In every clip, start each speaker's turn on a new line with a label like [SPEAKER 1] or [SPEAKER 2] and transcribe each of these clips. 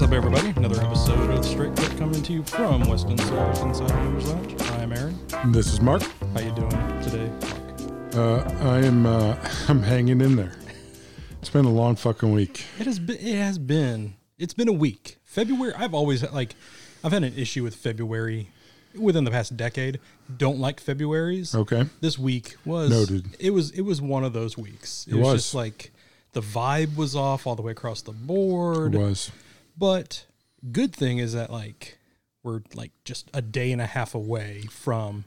[SPEAKER 1] up, everybody? Another episode of Straight Clip coming to you from Weston Souls Inside Members Lounge. I am Aaron.
[SPEAKER 2] This is Mark.
[SPEAKER 1] How you doing today? Mark?
[SPEAKER 2] Uh, I am uh, I'm hanging in there. It's been a long fucking week.
[SPEAKER 1] It has been. It has been. It's been a week. February. I've always like. I've had an issue with February within the past decade. Don't like Februarys.
[SPEAKER 2] Okay.
[SPEAKER 1] This week was
[SPEAKER 2] Noted.
[SPEAKER 1] It was. It was one of those weeks. It,
[SPEAKER 2] It
[SPEAKER 1] was,
[SPEAKER 2] was.
[SPEAKER 1] just like the vibe was off all the way across the board.
[SPEAKER 2] It was.
[SPEAKER 1] But good thing is that like we're like just a day and a half away from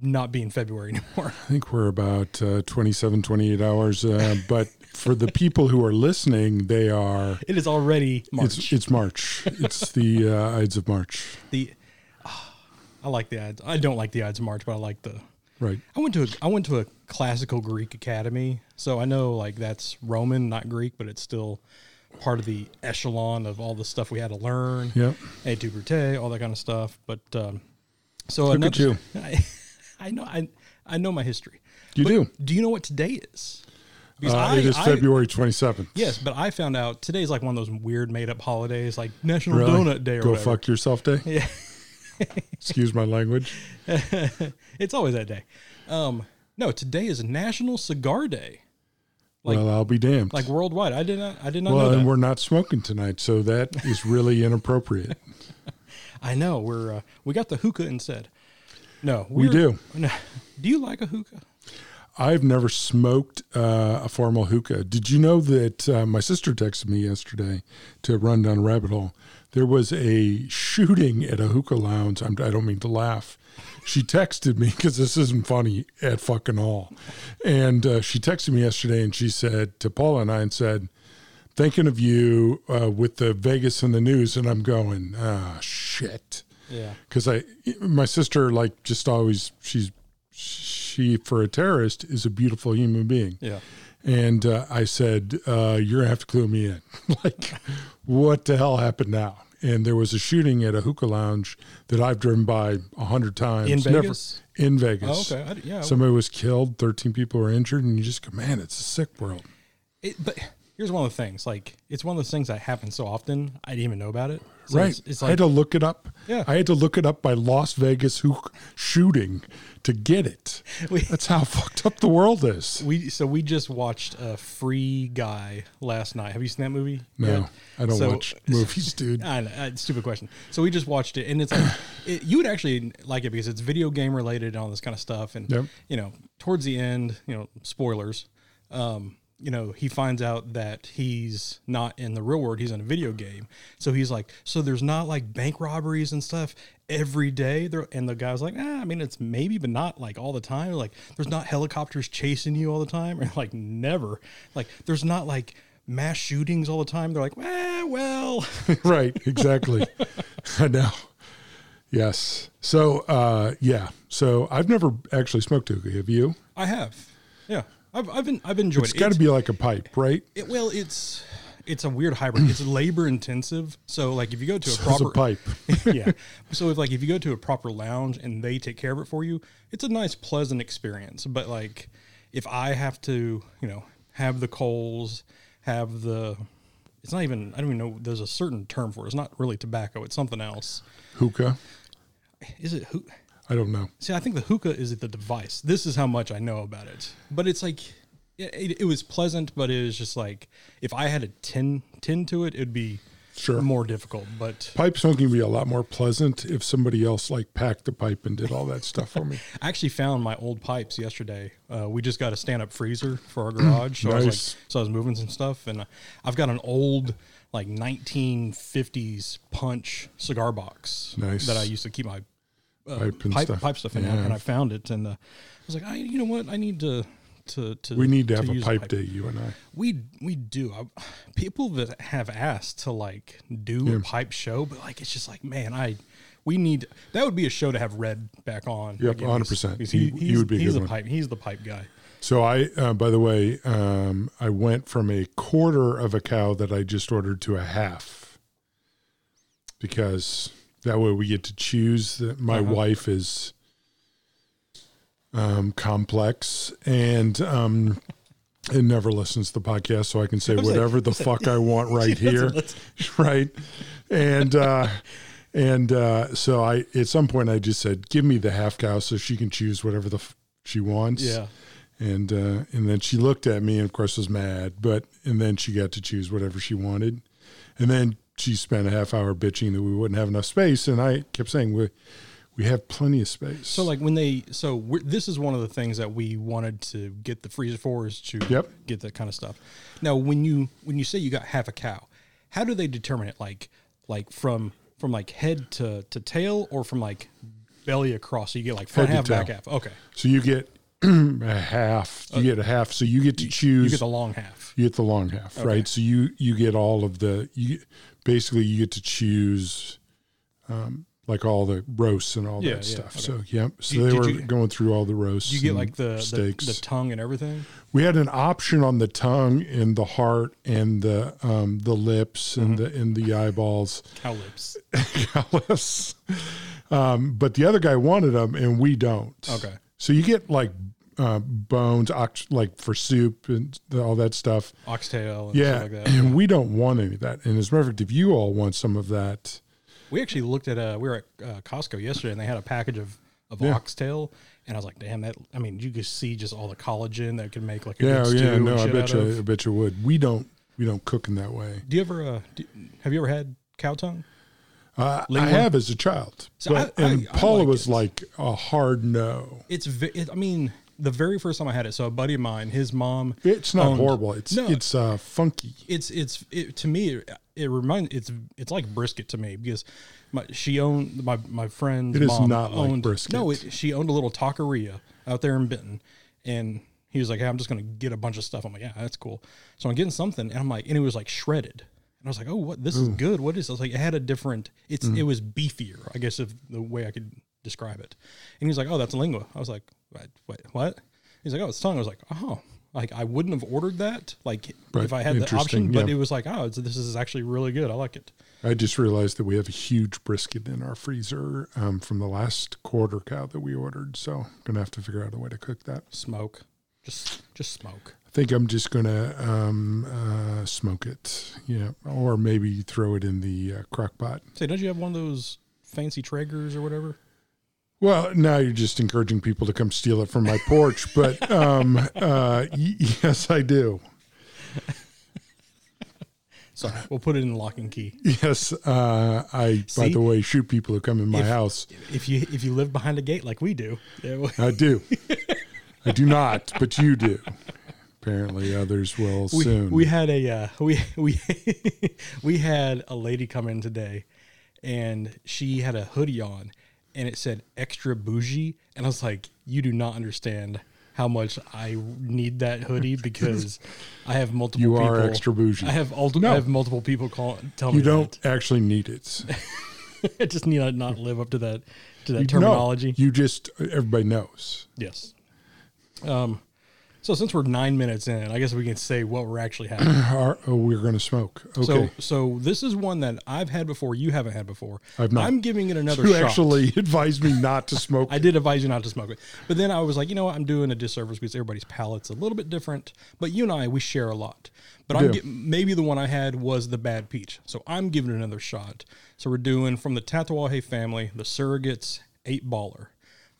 [SPEAKER 1] not being February anymore.
[SPEAKER 2] I think we're about uh, 27, 28 hours. Uh, but for the people who are listening, they are.
[SPEAKER 1] It is already March.
[SPEAKER 2] It's it's March. It's the uh, Ides of March.
[SPEAKER 1] the ah, I like the ads. I don't like the ads of March, but I like the.
[SPEAKER 2] Right.
[SPEAKER 1] I went to a, I went to a classical Greek academy, so I know like that's Roman, not Greek, but it's still part of the echelon of all the stuff we had to learn.
[SPEAKER 2] Yep.
[SPEAKER 1] A to Brute, all that kind of stuff. But um, so
[SPEAKER 2] Look at you.
[SPEAKER 1] I, I know I I know my history.
[SPEAKER 2] You
[SPEAKER 1] But
[SPEAKER 2] do.
[SPEAKER 1] Do you know what today is? Because
[SPEAKER 2] Uh, it is
[SPEAKER 1] I-
[SPEAKER 2] February 27th.
[SPEAKER 1] Yes, but I found out today's like one of those weird made up holidays, like National
[SPEAKER 2] Really?
[SPEAKER 1] Donut Day or
[SPEAKER 2] Go
[SPEAKER 1] whatever.
[SPEAKER 2] fuck yourself day.
[SPEAKER 1] Yeah.
[SPEAKER 2] Excuse my language.
[SPEAKER 1] it's always that day. Um, no, today is National Cigar Day, Like-
[SPEAKER 2] well, I'll be damned.
[SPEAKER 1] like worldwide. I did not I did not
[SPEAKER 2] well,
[SPEAKER 1] know
[SPEAKER 2] and
[SPEAKER 1] that.
[SPEAKER 2] we're not smoking tonight, so that is really inappropriate.
[SPEAKER 1] I know we're uh, we got the hookah instead. No,
[SPEAKER 2] We
[SPEAKER 1] we're-
[SPEAKER 2] do.
[SPEAKER 1] No, do you like a hookah?
[SPEAKER 2] I've never smoked uh, a formal hookah. Did you know that uh, my sister texted me yesterday to run down a rabbit hole? There was a shooting at a hookah lounge. I'm, I don't mean to laugh. She texted me because this isn't funny at fucking all. And uh, she texted me yesterday and she said to Paula and I and said, thinking of you uh, with the Vegas and the news. And I'm going, ah, shit
[SPEAKER 1] Yeah,
[SPEAKER 2] because I my sister like just always she's she for a terrorist is a beautiful human being.
[SPEAKER 1] yeah.
[SPEAKER 2] And uh, I said, uh, "You're gonna have to clue me in. like, what the hell happened now?" And there was a shooting at a hookah lounge that I've driven by a hundred times.
[SPEAKER 1] In
[SPEAKER 2] Never-
[SPEAKER 1] Vegas?
[SPEAKER 2] in Vegas.
[SPEAKER 1] Oh, okay. I d- yeah.
[SPEAKER 2] Somebody was killed. Thirteen people were injured, and you just go, "Man, it's a sick world."
[SPEAKER 1] It, but here's one of the things. Like it's one of those things that happens so often. I didn't even know about it. So
[SPEAKER 2] right.
[SPEAKER 1] It's, it's
[SPEAKER 2] I had
[SPEAKER 1] like
[SPEAKER 2] to look it up.
[SPEAKER 1] Yeah.
[SPEAKER 2] I had to look it up by Las Vegas hook shooting to get it.
[SPEAKER 1] We-
[SPEAKER 2] That's how fucked up the world is.
[SPEAKER 1] we. So we just watched a Free Guy last night. Have you seen that movie?
[SPEAKER 2] No,
[SPEAKER 1] yet?
[SPEAKER 2] I don't
[SPEAKER 1] So-
[SPEAKER 2] watch movies, dude.
[SPEAKER 1] I know, uh, stupid question. So we just watched it, and it's like it, you would actually like it because it's video game related and all this kind of stuff. And
[SPEAKER 2] Yep.
[SPEAKER 1] you know, towards the end, you know, spoilers. Um, you know, he finds out that he's not in the real world; he's in a video game. So he's like, so there's not like bank robberies and stuff every day. There, and the guy's like, ah, I mean, it's maybe, but not like all the time. Like, there's not helicopters chasing you all the time, or like never. Like, there's not like. Mass shootings all the time. They're like, well, well,
[SPEAKER 2] right, exactly. I know. Yes. So, uh, yeah. So I've never actually smoked hookah. Have you?
[SPEAKER 1] I have. Yeah. I've I've been I've enjoyed
[SPEAKER 2] It's
[SPEAKER 1] it.
[SPEAKER 2] got to be like a pipe, right?
[SPEAKER 1] it, well, it's it's a weird hybrid. It's labor intensive. So like if you go to a
[SPEAKER 2] It's
[SPEAKER 1] proper
[SPEAKER 2] a pipe.
[SPEAKER 1] yeah. So if like if you go to a proper lounge and they take care of it for you, it's a nice pleasant experience. But like if I have to, you know, have the coals, have the it's not even I don't even know there's a certain term for it. It's not really tobacco, it's something else.
[SPEAKER 2] Hookah.
[SPEAKER 1] Is it who
[SPEAKER 2] I don't know.
[SPEAKER 1] See, I think the hookah is the device. This is how much I know about it. But it's like, it, it, it was pleasant, but it was just like, if I had a 10, 10 to it, it'd be
[SPEAKER 2] Sure.
[SPEAKER 1] more difficult. But
[SPEAKER 2] Pipe smoking would be a lot more pleasant if somebody else like packed the pipe and did all that stuff for me.
[SPEAKER 1] I actually found my old pipes yesterday. Uh, we just got a stand up freezer for our garage. So, I was
[SPEAKER 2] Nice.
[SPEAKER 1] like, so I was moving some stuff, and uh, I've got an old, like 1950s punch cigar box
[SPEAKER 2] Nice.
[SPEAKER 1] that I used to keep my uh,
[SPEAKER 2] Pipe and
[SPEAKER 1] pipe,
[SPEAKER 2] stuff.
[SPEAKER 1] pipe stuff in,
[SPEAKER 2] Yeah.
[SPEAKER 1] and I found it. And uh, I was like, I, you know what? I need to. To, to
[SPEAKER 2] We need to have a
[SPEAKER 1] use
[SPEAKER 2] pipe, day, you and I.
[SPEAKER 1] We we do. I, people that have asked to like do a pipe show, but like it's just like man, I we need that would be a show to have Red back on.
[SPEAKER 2] Yep,
[SPEAKER 1] again,
[SPEAKER 2] 100%.
[SPEAKER 1] because He,
[SPEAKER 2] He- he
[SPEAKER 1] he's-
[SPEAKER 2] would be a
[SPEAKER 1] he's
[SPEAKER 2] good
[SPEAKER 1] the
[SPEAKER 2] one.
[SPEAKER 1] pipe. He's the pipe guy.
[SPEAKER 2] So I, uh, by the way, um, I went from a quarter of a cow that I just ordered to a half because that way we get to choose. That my wife is um, complex, and um, and never listens to the podcast, so I can say whatever the fuck I want right here, right? And uh, and uh, so I at some point I just said, "Give me the half cow, so she can choose whatever the f- she wants."
[SPEAKER 1] Yeah.
[SPEAKER 2] And uh, and then she looked at me and of course was mad, but and then she got to choose whatever she wanted, and then she spent a half hour bitching that we wouldn't have enough space, and I kept saying we we have plenty of space.
[SPEAKER 1] So like when they so we're, this is one of the things that we wanted to get the freezer for is to
[SPEAKER 2] Yep.
[SPEAKER 1] get that kind of stuff. Now when you when you say you got half a cow, how do they determine it? Like like from from like head to to tail or from like belly across? So you get like front
[SPEAKER 2] Head
[SPEAKER 1] half,
[SPEAKER 2] to
[SPEAKER 1] back
[SPEAKER 2] tail.
[SPEAKER 1] half. Okay,
[SPEAKER 2] So you get a half. You get a half. So you get to choose.
[SPEAKER 1] Uh, you get the long half.
[SPEAKER 2] You get the long half, right? So you you get all of the you basically you get to choose, um, like all the roasts and all
[SPEAKER 1] Yeah,
[SPEAKER 2] that
[SPEAKER 1] yeah,
[SPEAKER 2] stuff.
[SPEAKER 1] okay.
[SPEAKER 2] So yep. So
[SPEAKER 1] Did-
[SPEAKER 2] they
[SPEAKER 1] did
[SPEAKER 2] were
[SPEAKER 1] you-
[SPEAKER 2] going through all the roasts.
[SPEAKER 1] You get
[SPEAKER 2] and
[SPEAKER 1] like the,
[SPEAKER 2] steaks.
[SPEAKER 1] the the tongue and everything.
[SPEAKER 2] we had an option on the tongue and the heart and the um, the lips and
[SPEAKER 1] Mm-hmm.
[SPEAKER 2] the and the eyeballs.
[SPEAKER 1] Cow lips.
[SPEAKER 2] Alice. Um, but the other guy wanted them, and we don't.
[SPEAKER 1] Okay.
[SPEAKER 2] So you get like uh, bones, ox- like for soup and th- all that stuff.
[SPEAKER 1] oxtail and
[SPEAKER 2] Yeah,
[SPEAKER 1] stuff like that.
[SPEAKER 2] and we don't want any of that. And as a matter of fact, if you all want some of that,
[SPEAKER 1] We actually looked at uh we were at uh, Costco yesterday and they had a package of of oxtail and I was like, damn that I mean you could see just all the collagen that could make like a
[SPEAKER 2] yeah,
[SPEAKER 1] good stew
[SPEAKER 2] yeah,
[SPEAKER 1] and
[SPEAKER 2] no, I
[SPEAKER 1] shit
[SPEAKER 2] bet
[SPEAKER 1] out
[SPEAKER 2] you,
[SPEAKER 1] of.
[SPEAKER 2] I bet you would. We don't, we don't cook in that way.
[SPEAKER 1] Do you ever uh do, have you ever had cow tongue?
[SPEAKER 2] Uh, I
[SPEAKER 1] Lingua?
[SPEAKER 2] have as a child,
[SPEAKER 1] So
[SPEAKER 2] but
[SPEAKER 1] I- I-
[SPEAKER 2] and
[SPEAKER 1] I
[SPEAKER 2] Paula
[SPEAKER 1] like
[SPEAKER 2] was
[SPEAKER 1] it.
[SPEAKER 2] like a hard no.
[SPEAKER 1] It's ve- it, I mean the very first time I had it, so a buddy of mine, his mom,
[SPEAKER 2] It's not
[SPEAKER 1] owned-
[SPEAKER 2] horrible. It's
[SPEAKER 1] No.
[SPEAKER 2] it's uh, funky.
[SPEAKER 1] it's it's it, to me it, it reminds it's it's like brisket to me because my she owned my my friend's
[SPEAKER 2] It is
[SPEAKER 1] mom
[SPEAKER 2] not like
[SPEAKER 1] owned,
[SPEAKER 2] brisket.
[SPEAKER 1] No, it, she owned a little taqueria out there in Benton, and he was like, "Hey, I'm just gonna get a bunch of stuff." I'm like, "Yeah, that's cool." So I'm getting something, and I'm like, and it was like shredded, and I was like, "Oh, what? This is
[SPEAKER 2] Mm.
[SPEAKER 1] good. What is?" This? I was like, "It had a different. It's it was beefier, I guess, if the way I could describe it." And he's like, "Oh, that's lingua." I was like, "What? What?" what? He's like, "Oh, it's tongue." I was like, "Oh." Like I wouldn't have ordered that, like
[SPEAKER 2] Right.
[SPEAKER 1] if I had the
[SPEAKER 2] Interesting,
[SPEAKER 1] option, but
[SPEAKER 2] yeah.
[SPEAKER 1] it was like, oh, it's, this is actually really good. I like it.
[SPEAKER 2] I just realized that we have a huge brisket in our freezer um, from the last quarter cow that we ordered. So I'm going to have to figure out a way to cook that.
[SPEAKER 1] Smoke, just just smoke.
[SPEAKER 2] I think I'm just going to um, uh, smoke it. Yeah. Or maybe throw it in the uh, crock pot.
[SPEAKER 1] Say, don't you have one of those fancy Traegers or whatever?
[SPEAKER 2] Well, now you're just encouraging people to come steal it from my porch. but um, uh, y- yes, I do.
[SPEAKER 1] Sorry, we'll put it in the lock and key.
[SPEAKER 2] Yes. Uh, I, by
[SPEAKER 1] See?
[SPEAKER 2] the way, shoot people who come in my
[SPEAKER 1] If-
[SPEAKER 2] house.
[SPEAKER 1] If you if you live behind a gate like we do, it will-
[SPEAKER 2] I do. I do not, but you do. Apparently, others will
[SPEAKER 1] we,
[SPEAKER 2] soon.
[SPEAKER 1] we had a uh, we we we had a lady come in today, and she had a hoodie on, and it said extra bougie, and I was like, you do not understand. How much I need that hoodie because I have multiple.
[SPEAKER 2] You
[SPEAKER 1] people,
[SPEAKER 2] are extra bougie.
[SPEAKER 1] I have ulti-
[SPEAKER 2] No.
[SPEAKER 1] I have multiple people call tell me
[SPEAKER 2] You don't actually need it.
[SPEAKER 1] that. I just need to not live up to that to that
[SPEAKER 2] No,
[SPEAKER 1] terminology.
[SPEAKER 2] you just everybody knows.
[SPEAKER 1] yes. Um. So since we're nine minutes in, I guess we can say what we're actually having.
[SPEAKER 2] Our- oh, we're going to smoke. Okay.
[SPEAKER 1] So so this is one that I've had before. You haven't had before.
[SPEAKER 2] I've not.
[SPEAKER 1] I'm giving it another
[SPEAKER 2] you
[SPEAKER 1] shot.
[SPEAKER 2] actually advised me not to smoke.
[SPEAKER 1] I did advise you not to smoke it, but then I was like, you know what? I'm doing a disservice because everybody's palate's a little bit different. But you and I, we share a lot. But I'm
[SPEAKER 2] do.
[SPEAKER 1] get, maybe the one I had was the bad peach, so I'm giving it another shot. So we're doing from the Tatawahe family, the surrogates eight baller.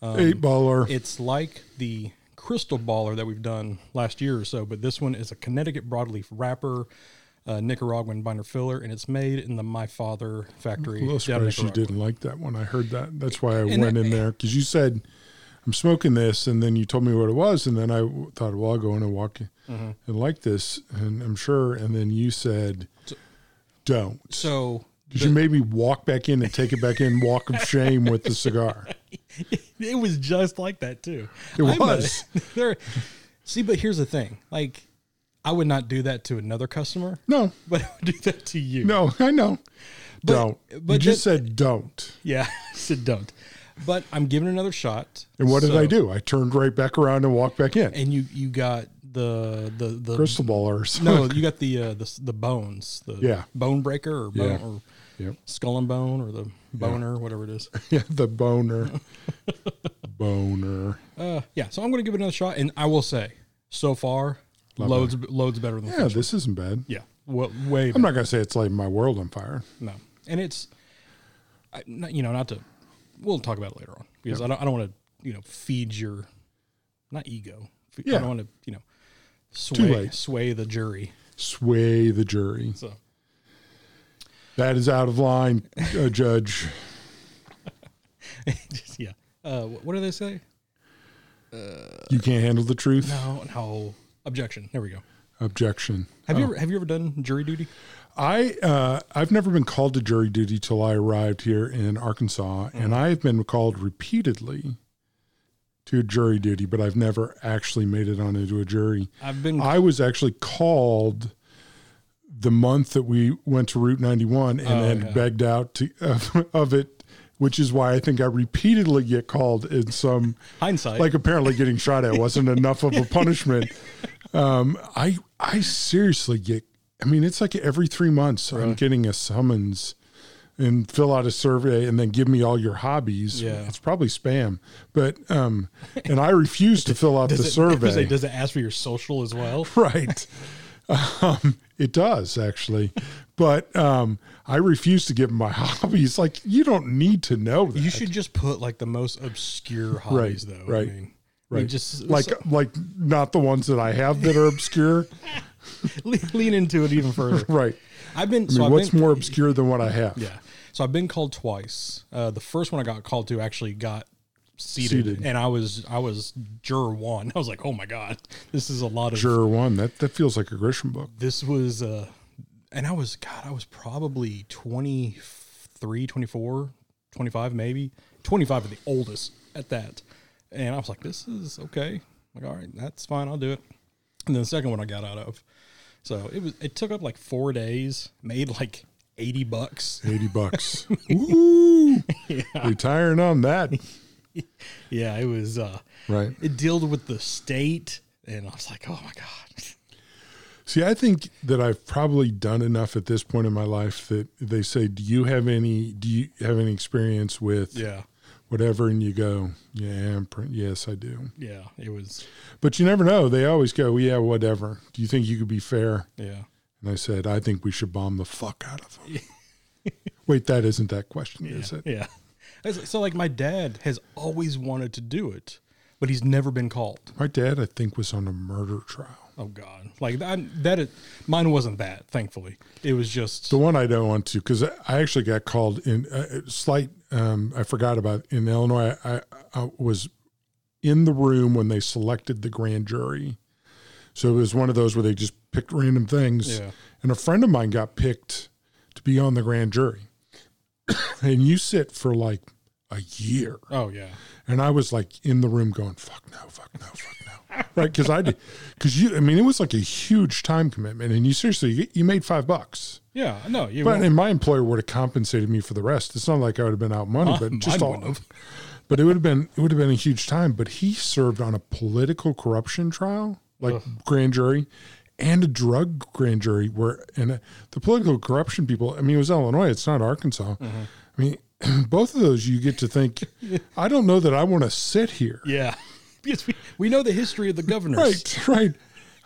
[SPEAKER 1] Um,
[SPEAKER 2] Eight baller.
[SPEAKER 1] It's like the crystal baller that we've done last year or so, but this one is a Connecticut broadleaf wrapper, uh, Nicaraguan binder filler, and it's made in the My Father factory.
[SPEAKER 2] a
[SPEAKER 1] down
[SPEAKER 2] little
[SPEAKER 1] in
[SPEAKER 2] Oh, surprised you
[SPEAKER 1] Nicaragua.
[SPEAKER 2] didn't like that one. I heard that. That's why I
[SPEAKER 1] And
[SPEAKER 2] went
[SPEAKER 1] that-
[SPEAKER 2] in there because you said I'm smoking this, and then you told me what it was, and then I w- thought, well, I'll go in and walk in
[SPEAKER 1] Mm-hmm.
[SPEAKER 2] and like this, and I'm sure. And then you said, don't.
[SPEAKER 1] So
[SPEAKER 2] Did you maybe walk back in and take it back in, walk of shame with the cigar?
[SPEAKER 1] it was just like that too.
[SPEAKER 2] It
[SPEAKER 1] I'm a-
[SPEAKER 2] was.
[SPEAKER 1] there, see, but here's the thing: like, I would not do that to another customer,
[SPEAKER 2] No,
[SPEAKER 1] but I would do that to you.
[SPEAKER 2] No, I know. don't.
[SPEAKER 1] but
[SPEAKER 2] you just said don't.
[SPEAKER 1] Yeah, so don't. But I'm giving it another shot.
[SPEAKER 2] And what did
[SPEAKER 1] So-
[SPEAKER 2] I do? I turned right back around and walked back in.
[SPEAKER 1] And you you got the the the
[SPEAKER 2] Crystal ball or something.
[SPEAKER 1] No, you got the uh, the s- the bones, the
[SPEAKER 2] Yeah.
[SPEAKER 1] bone breaker or, bone,
[SPEAKER 2] Yeah.
[SPEAKER 1] or
[SPEAKER 2] Yep.
[SPEAKER 1] skull and bone or the boner, whatever it is.
[SPEAKER 2] Yeah, the boner. boner.
[SPEAKER 1] Uh, yeah, so I'm going to give it another shot, and I will say, so far,
[SPEAKER 2] Lot
[SPEAKER 1] loads loads better than
[SPEAKER 2] Yeah,
[SPEAKER 1] Fisher.
[SPEAKER 2] this isn't bad.
[SPEAKER 1] yeah, wa- way.
[SPEAKER 2] I'm not going to say it's like my world on fire.
[SPEAKER 1] No, and it's, I, not, you know, not to. We'll talk about it later on because I don't. I don't want to, you know, feed your, not ego. Fe- I
[SPEAKER 2] Yeah.
[SPEAKER 1] don't want to, you know,
[SPEAKER 2] Too
[SPEAKER 1] sway
[SPEAKER 2] late.
[SPEAKER 1] sway the jury.
[SPEAKER 2] Sway the jury.
[SPEAKER 1] So
[SPEAKER 2] That is out of line, uh, Judge.
[SPEAKER 1] just, yeah. Uh, wh- what do they say?
[SPEAKER 2] You can't handle the truth.
[SPEAKER 1] No, no objection. There we go.
[SPEAKER 2] Objection.
[SPEAKER 1] Have you ever have you ever done jury duty?
[SPEAKER 2] I uh, I've never been called to jury duty till I arrived here in Arkansas, and I have been called repeatedly to jury duty, but I've never actually made it onto a jury.
[SPEAKER 1] I've been.
[SPEAKER 2] I was actually called the month that we went to Route 91 and then
[SPEAKER 1] Oh, yeah.
[SPEAKER 2] begged out to, of, of it, which is why I think I repeatedly get called in some
[SPEAKER 1] hindsight.
[SPEAKER 2] like apparently getting shot at wasn't enough of a punishment. Um, I I seriously get. I mean, it's like every three months I'm getting a summons and fill out a survey and then give me all your hobbies.
[SPEAKER 1] Yeah.
[SPEAKER 2] it's probably spam, but um, and I refuse to fill out the
[SPEAKER 1] does it,
[SPEAKER 2] survey.
[SPEAKER 1] Does it, does it ask for your social as well?
[SPEAKER 2] right. Um, it does actually, but um, I refuse to give my hobbies. Like you don't need to know that.
[SPEAKER 1] You should just put like the most obscure hobbies, though.
[SPEAKER 2] right,
[SPEAKER 1] I mean,
[SPEAKER 2] right.
[SPEAKER 1] You just
[SPEAKER 2] like like not the ones that I have that are obscure.
[SPEAKER 1] lean into it even further.
[SPEAKER 2] right.
[SPEAKER 1] I've been.
[SPEAKER 2] I
[SPEAKER 1] so
[SPEAKER 2] mean,
[SPEAKER 1] I've
[SPEAKER 2] what's
[SPEAKER 1] been,
[SPEAKER 2] more obscure than what I have?
[SPEAKER 1] Yeah. So I've been called twice. Uh, the first one I got called to actually got seated,
[SPEAKER 2] Seated.
[SPEAKER 1] and I was I was juror one. I was like, oh my god, this is a lot of.
[SPEAKER 2] Juror one. That that feels like a Grisham book.
[SPEAKER 1] This was, uh, and I was God. I was probably 23, 24, 25 maybe twenty five at the oldest at that, and I was like, this is okay. like, all right, that's fine. I'll do it. And then the second one I got out of. So it was. It took up like four days. Made like eighty bucks.
[SPEAKER 2] Eighty bucks. Woo! Retiring on that.
[SPEAKER 1] Yeah, it was. uh
[SPEAKER 2] Right.
[SPEAKER 1] It dealt with the state, and I was like, oh my god.
[SPEAKER 2] See, I think that I've probably done enough at this point in my life that they say, "Do you have any? Do you have any experience with
[SPEAKER 1] Yeah,
[SPEAKER 2] whatever?" And you go, "Yeah, I'm pr- yes, I do."
[SPEAKER 1] yeah, it was.
[SPEAKER 2] But you never know. They always go, "Yeah, whatever." Do you think you could be fair?
[SPEAKER 1] Yeah,
[SPEAKER 2] And I said, "I think we should bomb the fuck out of them." Wait, that isn't that question, is it?
[SPEAKER 1] yeah. It's- So like, my dad has always wanted to do it, but he's never been called.
[SPEAKER 2] My dad, I think, was on a murder trial.
[SPEAKER 1] Oh God, like I'm, that. Is, mine wasn't that. Thankfully, it was just.
[SPEAKER 2] The one I don't want to, because I I actually got called in uh, slight. Um, I forgot about in Illinois. I, I, I was in the room when they selected the grand jury, so it was one of those where they just picked random things.
[SPEAKER 1] Yeah.
[SPEAKER 2] And a friend of mine got picked to be on the grand jury, and you sit for like a year.
[SPEAKER 1] oh yeah,
[SPEAKER 2] And I was like in the room going, fuck no, fuck no, fuck no. right. Cause I did, cause you, I mean, it was like a huge time commitment. And you seriously, you, you made five bucks.
[SPEAKER 1] yeah. No, you.
[SPEAKER 2] But
[SPEAKER 1] won't-
[SPEAKER 2] and my employer would have compensated me for the rest. It's not like I would have been out money, but just
[SPEAKER 1] mine
[SPEAKER 2] all
[SPEAKER 1] wouldn't have.
[SPEAKER 2] But it would have been it would have been a huge time. But he served on a political corruption trial, like grand jury, and a drug grand jury. Where and uh, the political corruption people. I mean, it was Illinois. It's not Arkansas.
[SPEAKER 1] Uh-huh.
[SPEAKER 2] I mean, both of those you get to think. I don't know that I want to sit here.
[SPEAKER 1] yeah, because we, we know the history of the governors.
[SPEAKER 2] Right, right.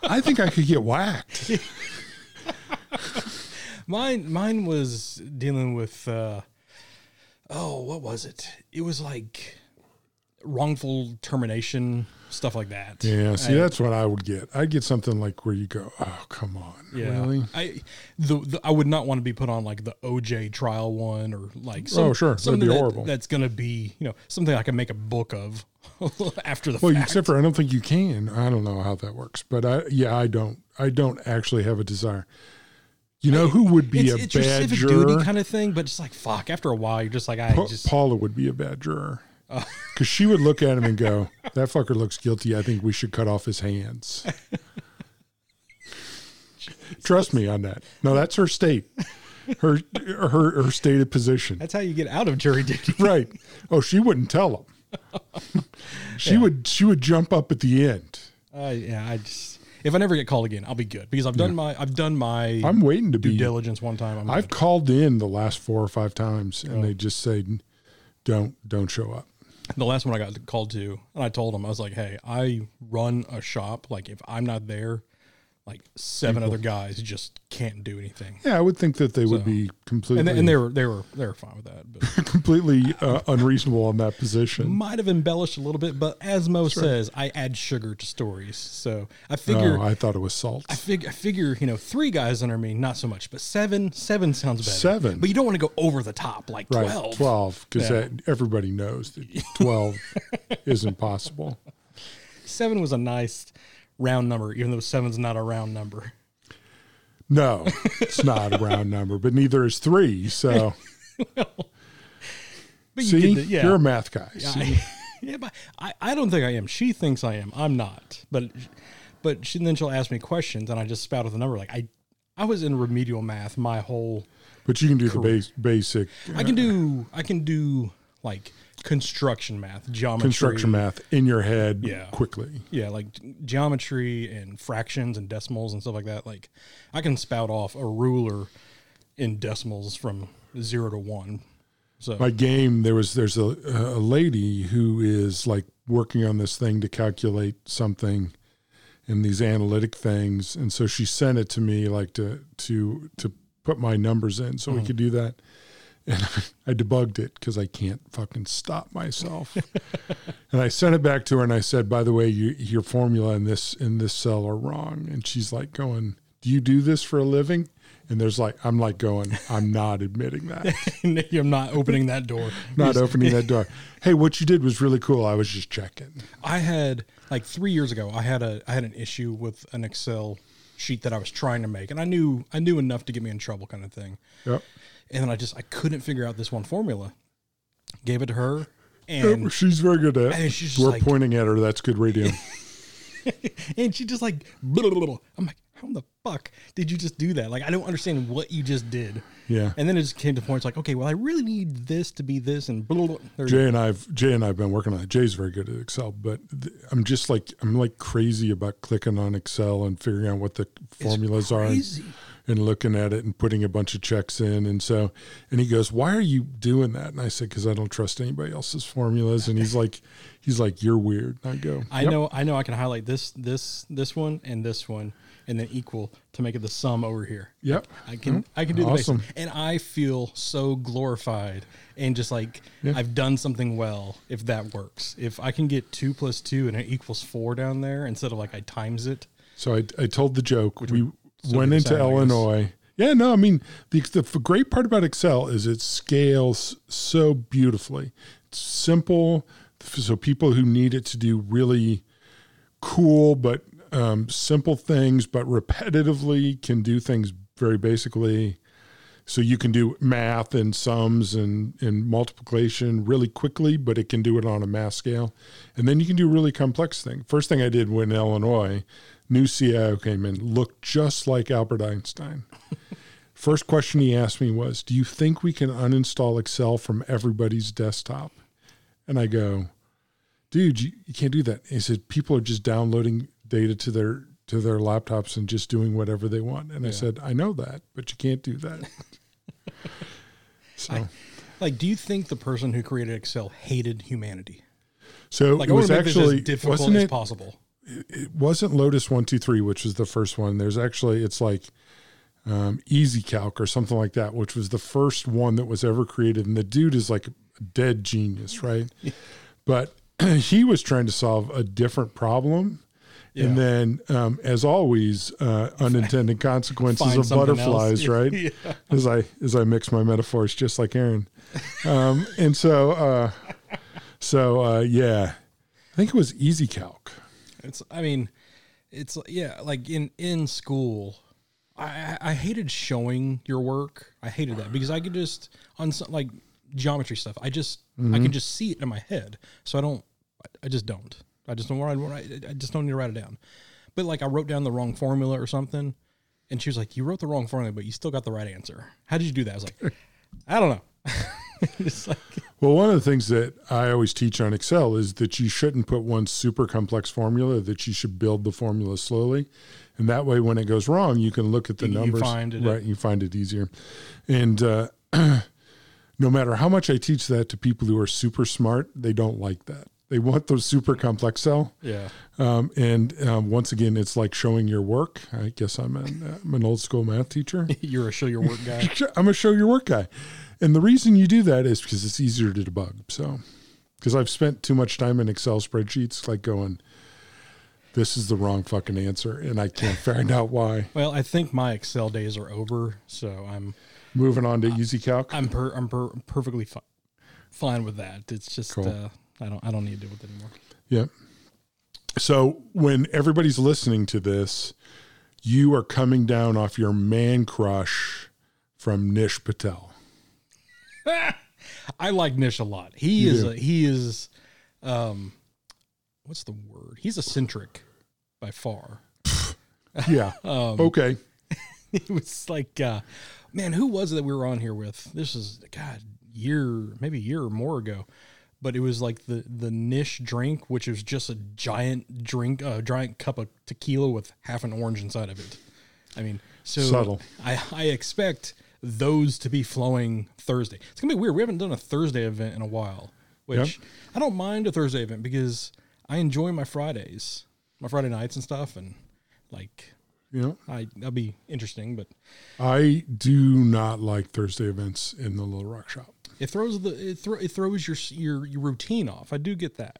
[SPEAKER 2] I think I could get whacked.
[SPEAKER 1] Mine, mine was dealing with, uh, oh, what was it? It was like wrongful termination stuff like that.
[SPEAKER 2] Yeah, see, that's what I would get. I'd get something like where you go, oh, come on,
[SPEAKER 1] Yeah.
[SPEAKER 2] really?
[SPEAKER 1] I, the, the I would not want to be put on like the OJ trial one or like some,
[SPEAKER 2] Oh, sure. That'd
[SPEAKER 1] something
[SPEAKER 2] be
[SPEAKER 1] that-
[SPEAKER 2] horrible.
[SPEAKER 1] That's gonna be you know something I can make a book of after the
[SPEAKER 2] Well,
[SPEAKER 1] fact.
[SPEAKER 2] except for I don't think you can. I don't know how that works, but I yeah, I don't. I don't actually have a desire. You know who would be
[SPEAKER 1] It's,
[SPEAKER 2] a
[SPEAKER 1] it's your
[SPEAKER 2] bad
[SPEAKER 1] civic
[SPEAKER 2] juror?
[SPEAKER 1] duty kind of thing, but it's like fuck. After a while, you're just like I
[SPEAKER 2] Pa-
[SPEAKER 1] just Oh.
[SPEAKER 2] Paula would be a bad juror because she would look at him and go, "That fucker looks guilty. I think we should cut off his hands." Trust me on that. No, that's her state. Her her her stated position.
[SPEAKER 1] that's how you get out of jury duty.
[SPEAKER 2] Right. Oh, she wouldn't tell him. she would she would jump up at the end.
[SPEAKER 1] Uh, yeah, I just if I never get called again, I'll be good because I've done my I've done my
[SPEAKER 2] I'm waiting to
[SPEAKER 1] due
[SPEAKER 2] be
[SPEAKER 1] diligence one time. I'm
[SPEAKER 2] I've
[SPEAKER 1] good.
[SPEAKER 2] called in the last four or five times, and they just say, "Don't don't show up."
[SPEAKER 1] the last one I got called to, and I told him I was like, "Hey, I run a shop. Like if I'm not there, like seven other guys just can't do anything.
[SPEAKER 2] Yeah, I would think that they would
[SPEAKER 1] So-
[SPEAKER 2] be completely
[SPEAKER 1] And, they- and they were they were they were fine with that. But
[SPEAKER 2] completely uh, unreasonable on that position.
[SPEAKER 1] might have embellished a little bit, but as Mo says, I add sugar to stories. So I figure
[SPEAKER 2] No, Oh, I thought it was salt.
[SPEAKER 1] I, fig- I figure, you know, three guys under me, not so much, but seven, seven sounds better.
[SPEAKER 2] Seven.
[SPEAKER 1] But you don't want to go over the top like
[SPEAKER 2] Right,
[SPEAKER 1] 12.
[SPEAKER 2] 12, because
[SPEAKER 1] Yeah.
[SPEAKER 2] everybody knows that 12 is impossible.
[SPEAKER 1] Seven was a nice round number, even though seven's not a round number.
[SPEAKER 2] No, it's not a round number, but neither is three. So,
[SPEAKER 1] But you
[SPEAKER 2] see,
[SPEAKER 1] get the, yeah.
[SPEAKER 2] you're a math guy. see?
[SPEAKER 1] I, yeah, but I, I don't think I am. She thinks I am. I'm not. But but she, then she'll ask me questions, and I just spout out the number. Like, I, I was in remedial math my whole
[SPEAKER 2] But you can do the base, basic
[SPEAKER 1] I can do I can do like construction math, geometry,
[SPEAKER 2] construction math in your head
[SPEAKER 1] Yeah.
[SPEAKER 2] quickly.
[SPEAKER 1] Yeah, like geometry and fractions and decimals and stuff like that. Like I can spout off a ruler in decimals from 0 to 1. So
[SPEAKER 2] My game, there was there's a, a lady who is like working on this thing to calculate something and these analytic things, and so she sent it to me like to to to put my numbers in so we could do that. And I debugged it because I can't fucking stop myself. and I sent it back to her and I said, "By the way, you, your formula in this in this cell are wrong." And she's like, "Going, do you do this for a living?" And there's like, I'm like going, I'm not admitting that.
[SPEAKER 1] I'm not opening that door.
[SPEAKER 2] not opening that door. Hey, what you did was really cool. I was just checking.
[SPEAKER 1] I had like three years ago. I had a I had an issue with an Excel sheet that I was trying to make, and I knew I knew enough to get me in trouble, kind of thing.
[SPEAKER 2] Yep.
[SPEAKER 1] And then I just I couldn't figure out this one formula. Gave it to her,
[SPEAKER 2] Yep,
[SPEAKER 1] and
[SPEAKER 2] Oh, she's very good at.
[SPEAKER 1] and
[SPEAKER 2] it.
[SPEAKER 1] she's just
[SPEAKER 2] We're
[SPEAKER 1] like-
[SPEAKER 2] pointing at her. That's good radio.
[SPEAKER 1] and she just like blah, blah, blah. I'm like, how in the fuck did you just do that? Like, I don't understand what you just did.
[SPEAKER 2] Yeah.
[SPEAKER 1] And then it just came to the point. It's like, okay, well, I really need this to be this, and blah, blah, blah. There you go.
[SPEAKER 2] Jay and I've Jay and I've been working on it. Jay's very good at Excel, but th- I'm just like I'm like crazy about clicking on Excel and figuring out what the formulas are and,
[SPEAKER 1] crazy.
[SPEAKER 2] and looking at it and putting a bunch of checks in. And so, and he goes, "Why are you doing that?" And I said, "Because I don't trust anybody else's formulas." And he's like, "He's like, you're weird." And I go,
[SPEAKER 1] I know, I know, I can highlight this, this, this one, and this one, and then equal to make it the sum over here.
[SPEAKER 2] "Yep,
[SPEAKER 1] I can I can do the
[SPEAKER 2] Mm-hmm. Awesome.
[SPEAKER 1] basics, and I feel so glorified and just like I've done something well. If that works, if I can get two plus two and it equals four down there instead of like I times it.
[SPEAKER 2] So I, I told the joke. we went
[SPEAKER 1] be
[SPEAKER 2] into
[SPEAKER 1] sad, I guess.
[SPEAKER 2] Illinois. Yeah, no, I mean the, the f- great part about Excel is it scales so beautifully. It's simple, f- so people who need it to do really cool but um, simple things, but repetitively can do things very basically. So you can do math and sums and, and multiplication really quickly, but it can do it on a mass scale. And then you can do really complex thing. First thing I did when in Illinois, new CIO came in, looked just like Albert Einstein. First question he asked me was, Do you think we can uninstall Excel from everybody's desktop? And I go, Dude, you, you can't do that. He said, People are just downloading data to their to their laptops and just doing whatever they want. And I said, I know that, but you can't do that. so
[SPEAKER 1] Like, do you think the person who created Excel hated humanity?
[SPEAKER 2] so
[SPEAKER 1] Like,
[SPEAKER 2] it
[SPEAKER 1] I want
[SPEAKER 2] was
[SPEAKER 1] to make this
[SPEAKER 2] actually
[SPEAKER 1] as difficult
[SPEAKER 2] wasn't
[SPEAKER 1] as
[SPEAKER 2] it,
[SPEAKER 1] possible.
[SPEAKER 2] it wasn't Lotus one two three, which was the first one. There's actually it's like um, Easy Calc or something like that, which was the first one that was ever created. And the dude is like a dead genius, right? but he was trying to solve a different problem. And
[SPEAKER 1] Yeah.
[SPEAKER 2] then, um, as always, uh, unintended consequences
[SPEAKER 1] Find
[SPEAKER 2] of
[SPEAKER 1] something
[SPEAKER 2] butterflies,
[SPEAKER 1] else.
[SPEAKER 2] right?
[SPEAKER 1] Yeah.
[SPEAKER 2] As I as I mix my metaphors, just like Aaron. Um, and so, uh, so uh, yeah, I think it was Easy Calc.
[SPEAKER 1] It's, I mean, it's yeah, like in in school, I I I hated showing your work. I hated that because I could just on some, like geometry stuff. I just I can just see it in my head, so I don't. I just don't. I just don't want. I I just don't need to write it down. But like I wrote down the wrong formula or something, and she was like, "You wrote the wrong formula, but you still got the right answer. How did you do that?" I was like, "I don't know." it's like
[SPEAKER 2] Well, one of the things that I always teach on Excel is that you shouldn't put one super complex formula, that you should build the formula slowly. And that way, when it goes wrong, you can look at the
[SPEAKER 1] You- you
[SPEAKER 2] numbers.
[SPEAKER 1] find it.
[SPEAKER 2] right. You find it easier. And uh, no matter how much I teach that to people who are super smart, they don't like that. They want those super complex cell.
[SPEAKER 1] Yeah.
[SPEAKER 2] Um, and um, once again, it's like showing your work. I guess I'm an, uh, I'm an old school math teacher.
[SPEAKER 1] You're a show your work guy.
[SPEAKER 2] I'm a show your work guy. And the reason you do that is because it's easier to debug. So, because I've spent too much time in Excel spreadsheets, like going, this is the wrong fucking answer. And I can't find out why.
[SPEAKER 1] Well, I think my Excel days are over, so I'm
[SPEAKER 2] Moving on to Easy Calc.
[SPEAKER 1] I'm per, I'm per, perfectly fi- fine with that. It's just
[SPEAKER 2] Cool.
[SPEAKER 1] uh, I don't I don't need to do it anymore.
[SPEAKER 2] Yep. So when everybody's listening to this, you are coming down off your man crush from Nish Patel.
[SPEAKER 1] I like Nish a lot. He
[SPEAKER 2] You
[SPEAKER 1] is
[SPEAKER 2] do.
[SPEAKER 1] a, he is um what's the word? He's eccentric by far.
[SPEAKER 2] Yeah.
[SPEAKER 1] Um
[SPEAKER 2] Okay.
[SPEAKER 1] it was like uh man, who was it that we were on here with? This is god year maybe a year or more ago. But it was like the the Nish drink, which is just a giant drink, a giant cup of tequila with half an orange inside of it. I mean, so
[SPEAKER 2] Subtle.
[SPEAKER 1] I, I expect those to be flowing Thursday. It's gonna be weird. We haven't done a Thursday event in a while, which I don't mind a Thursday event because I enjoy my Fridays, my Friday nights and stuff, and like
[SPEAKER 2] You know,
[SPEAKER 1] I that'll be interesting. But
[SPEAKER 2] I do not like Thursday events in the Little Rock Shop.
[SPEAKER 1] it throws the it, thro- it throws your, s- your your routine off. I do get that,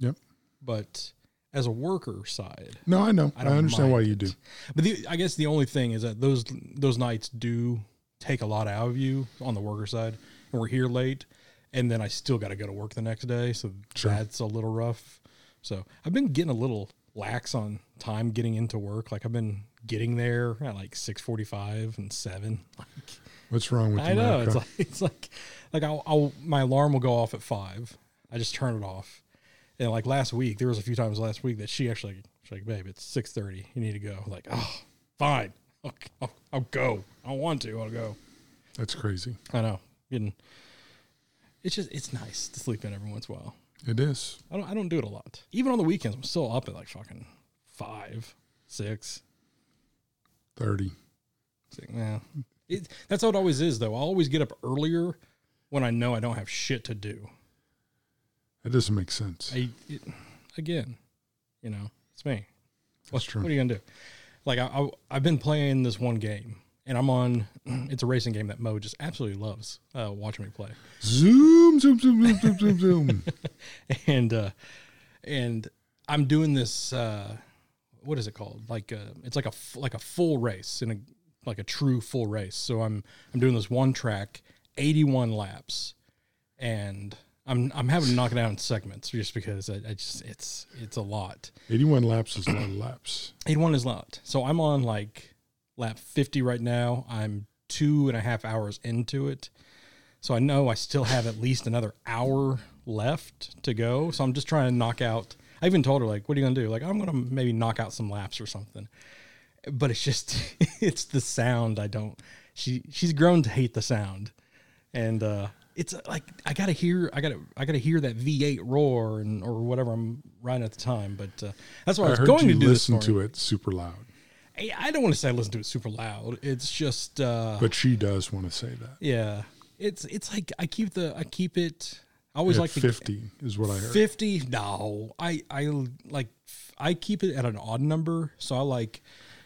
[SPEAKER 2] Yep.
[SPEAKER 1] but as a worker side,
[SPEAKER 2] No, I know.
[SPEAKER 1] I
[SPEAKER 2] I,
[SPEAKER 1] don't
[SPEAKER 2] understand
[SPEAKER 1] mind
[SPEAKER 2] why you
[SPEAKER 1] it.
[SPEAKER 2] do.
[SPEAKER 1] But the, I guess the only thing is that those those nights do take a lot out of you on the worker side, and we're here late, and then I still got to go to work the next day, so
[SPEAKER 2] Sure.
[SPEAKER 1] that's a little rough. So I've been getting a little lax on time getting into work. Like I've been getting there at like six forty five and seven. Like
[SPEAKER 2] What's wrong with
[SPEAKER 1] I know.
[SPEAKER 2] America?
[SPEAKER 1] It's like it's like like I'll, I'll my alarm will go off at five. I just turn it off. And like last week, there was a few times last week that she actually she's like, babe, it's six thirty. You need to go. I'm like, oh, fine. I'll, I'll, I'll go. I want to. I'll go.
[SPEAKER 2] That's crazy.
[SPEAKER 1] I know. Getting. It's just it's nice to sleep in every once in a while.
[SPEAKER 2] It is.
[SPEAKER 1] I don't I don't do it a lot. Even on the weekends, I'm still up at like fucking five, six.
[SPEAKER 2] 30.
[SPEAKER 1] It's like, nah. It, that's how it always is, though. I always get up earlier when I know I don't have shit to do.
[SPEAKER 2] That doesn't make sense.
[SPEAKER 1] I it, again, you know, it's me. What,
[SPEAKER 2] true.
[SPEAKER 1] what are you gonna do? Like I, I, I've been playing this one game, and I'm on. It's a racing game that Mo just absolutely loves uh, watching me play,
[SPEAKER 2] Zoom, zoom, zoom, zoom, zoom, zoom, zoom.
[SPEAKER 1] and uh, and I'm doing this. Uh, what is it called? Like uh it's like a f- like a full race in a like a true full race. So I'm I'm doing this one track, 81 laps, and I'm I'm having to knock it out in segments just because I, I just it's it's a lot.
[SPEAKER 2] 81 laps is a lot of laps.
[SPEAKER 1] He'd won his lot. So I'm on like lap 50 right now. I'm two and a half hours into it. So I know I still have at least another hour left to go. So I'm just trying to knock out. I even told her, like, what are you going to do? Like, I'm going to maybe knock out some laps or something. But it's just, it's the sound. I don't, she, she's grown to hate the sound. And, uh, it's like I gotta hear, I gotta, I gotta hear that V8 roar and or whatever I'm riding at the time. But uh, that's what I,
[SPEAKER 2] I
[SPEAKER 1] was
[SPEAKER 2] heard
[SPEAKER 1] going
[SPEAKER 2] you
[SPEAKER 1] to do.
[SPEAKER 2] listen
[SPEAKER 1] this morning.
[SPEAKER 2] to it super loud,
[SPEAKER 1] I I don't want to say I listen to it super loud. It's just uh
[SPEAKER 2] but she does want to say that.
[SPEAKER 1] yeah. It's it's like I keep the I keep it I always
[SPEAKER 2] At
[SPEAKER 1] like to
[SPEAKER 2] 50 is what I heard.
[SPEAKER 1] 50 no. I I like I keep it at an odd number, so I like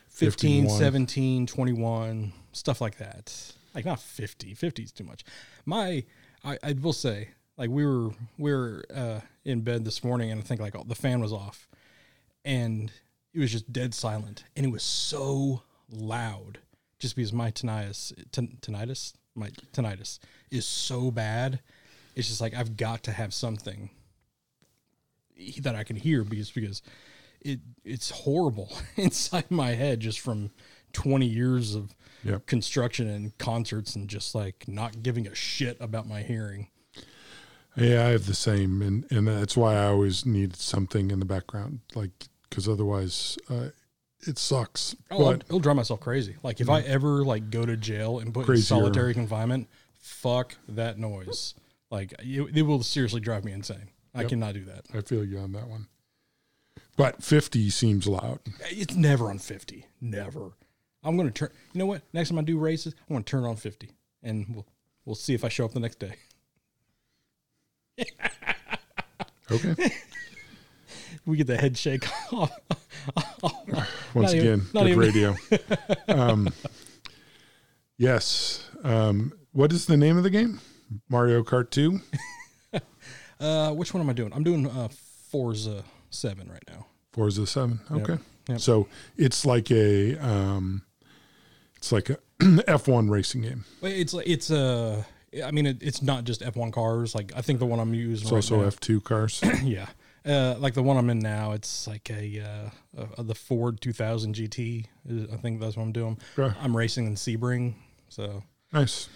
[SPEAKER 1] 15,
[SPEAKER 2] 51.
[SPEAKER 1] 17, 21, stuff like that. Like not 50. 50 is too much. My I, I will say like we were we were uh, in bed this morning and I think like all, the fan was off and it was just dead silent and it was so loud just because my tinnitus tin- tinnitus my tinnitus is so bad it's just like i've got to have something that i can hear because because it it's horrible inside my head just from 20 years of
[SPEAKER 2] Yep.
[SPEAKER 1] construction and concerts and just like not giving a shit about my hearing
[SPEAKER 2] Yeah, I have the same, and and that's why I always need something in the background, like because otherwise, uh, it sucks.
[SPEAKER 1] Oh, I'll,
[SPEAKER 2] but
[SPEAKER 1] it'll drive myself crazy. Like if I ever like go to jail and put in
[SPEAKER 2] Crazier.
[SPEAKER 1] solitary confinement, fuck that noise. Like it, it will seriously drive me insane. I cannot do that.
[SPEAKER 2] I feel you on that one. But fifty seems loud.
[SPEAKER 1] It's never on fifty. Never. I'm gonna turn. You know what? Next time I do races, I'm gonna turn on fifty, and we'll we'll see if I show up the next day.
[SPEAKER 2] Okay.
[SPEAKER 1] We get the head shake. off.
[SPEAKER 2] Once
[SPEAKER 1] Not even-
[SPEAKER 2] again,
[SPEAKER 1] not
[SPEAKER 2] good
[SPEAKER 1] even-
[SPEAKER 2] radio. um, yes. Um, what is the name of the game? Mario Kart 2?
[SPEAKER 1] uh, which one am I doing? I'm doing uh, Forza Seven right now.
[SPEAKER 2] Forza 7. Okay.
[SPEAKER 1] Yep.
[SPEAKER 2] So it's like a um, it's like a F1 racing game.
[SPEAKER 1] Well, It's like it's uh, I mean, it, it's not just F1 cars. Like I think the one I'm using.
[SPEAKER 2] It's
[SPEAKER 1] right
[SPEAKER 2] also
[SPEAKER 1] now-
[SPEAKER 2] F2 cars.
[SPEAKER 1] yeah. Uh, like the one I'm in now, it's like a uh, uh, the Ford 2000 GT. is- I think that's what I'm doing.
[SPEAKER 2] Okay.
[SPEAKER 1] I'm racing in Sebring, so
[SPEAKER 2] nice.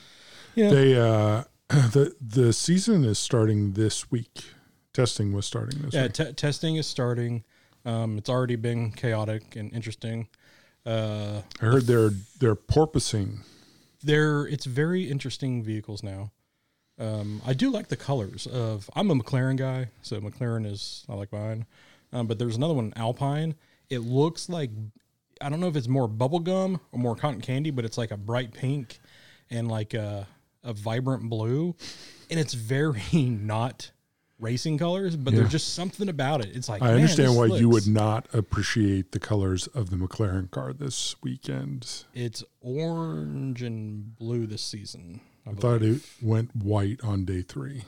[SPEAKER 1] yeah.
[SPEAKER 2] They uh, the the season is starting this week. Testing was starting this
[SPEAKER 1] yeah,
[SPEAKER 2] week.
[SPEAKER 1] te- testing is starting. Um, it's already been chaotic and interesting. Uh,
[SPEAKER 2] I heard they're they're porpoising.
[SPEAKER 1] they're it's very interesting vehicles now. Um, I do like the colors of. I'm a McLaren guy, so McLaren is I like mine. Um, but there's another one, Alpine. It looks like I don't know if it's more bubblegum or more cotton candy, but it's like a bright pink and like a, a vibrant blue, and it's very not racing colors, but
[SPEAKER 2] Yeah.
[SPEAKER 1] there's just something about it. It's like
[SPEAKER 2] I
[SPEAKER 1] man,
[SPEAKER 2] understand
[SPEAKER 1] this
[SPEAKER 2] why you
[SPEAKER 1] looks-
[SPEAKER 2] would not appreciate the colors of the McLaren car this weekend.
[SPEAKER 1] It's orange and blue this season. I
[SPEAKER 2] I thought it went white on day three.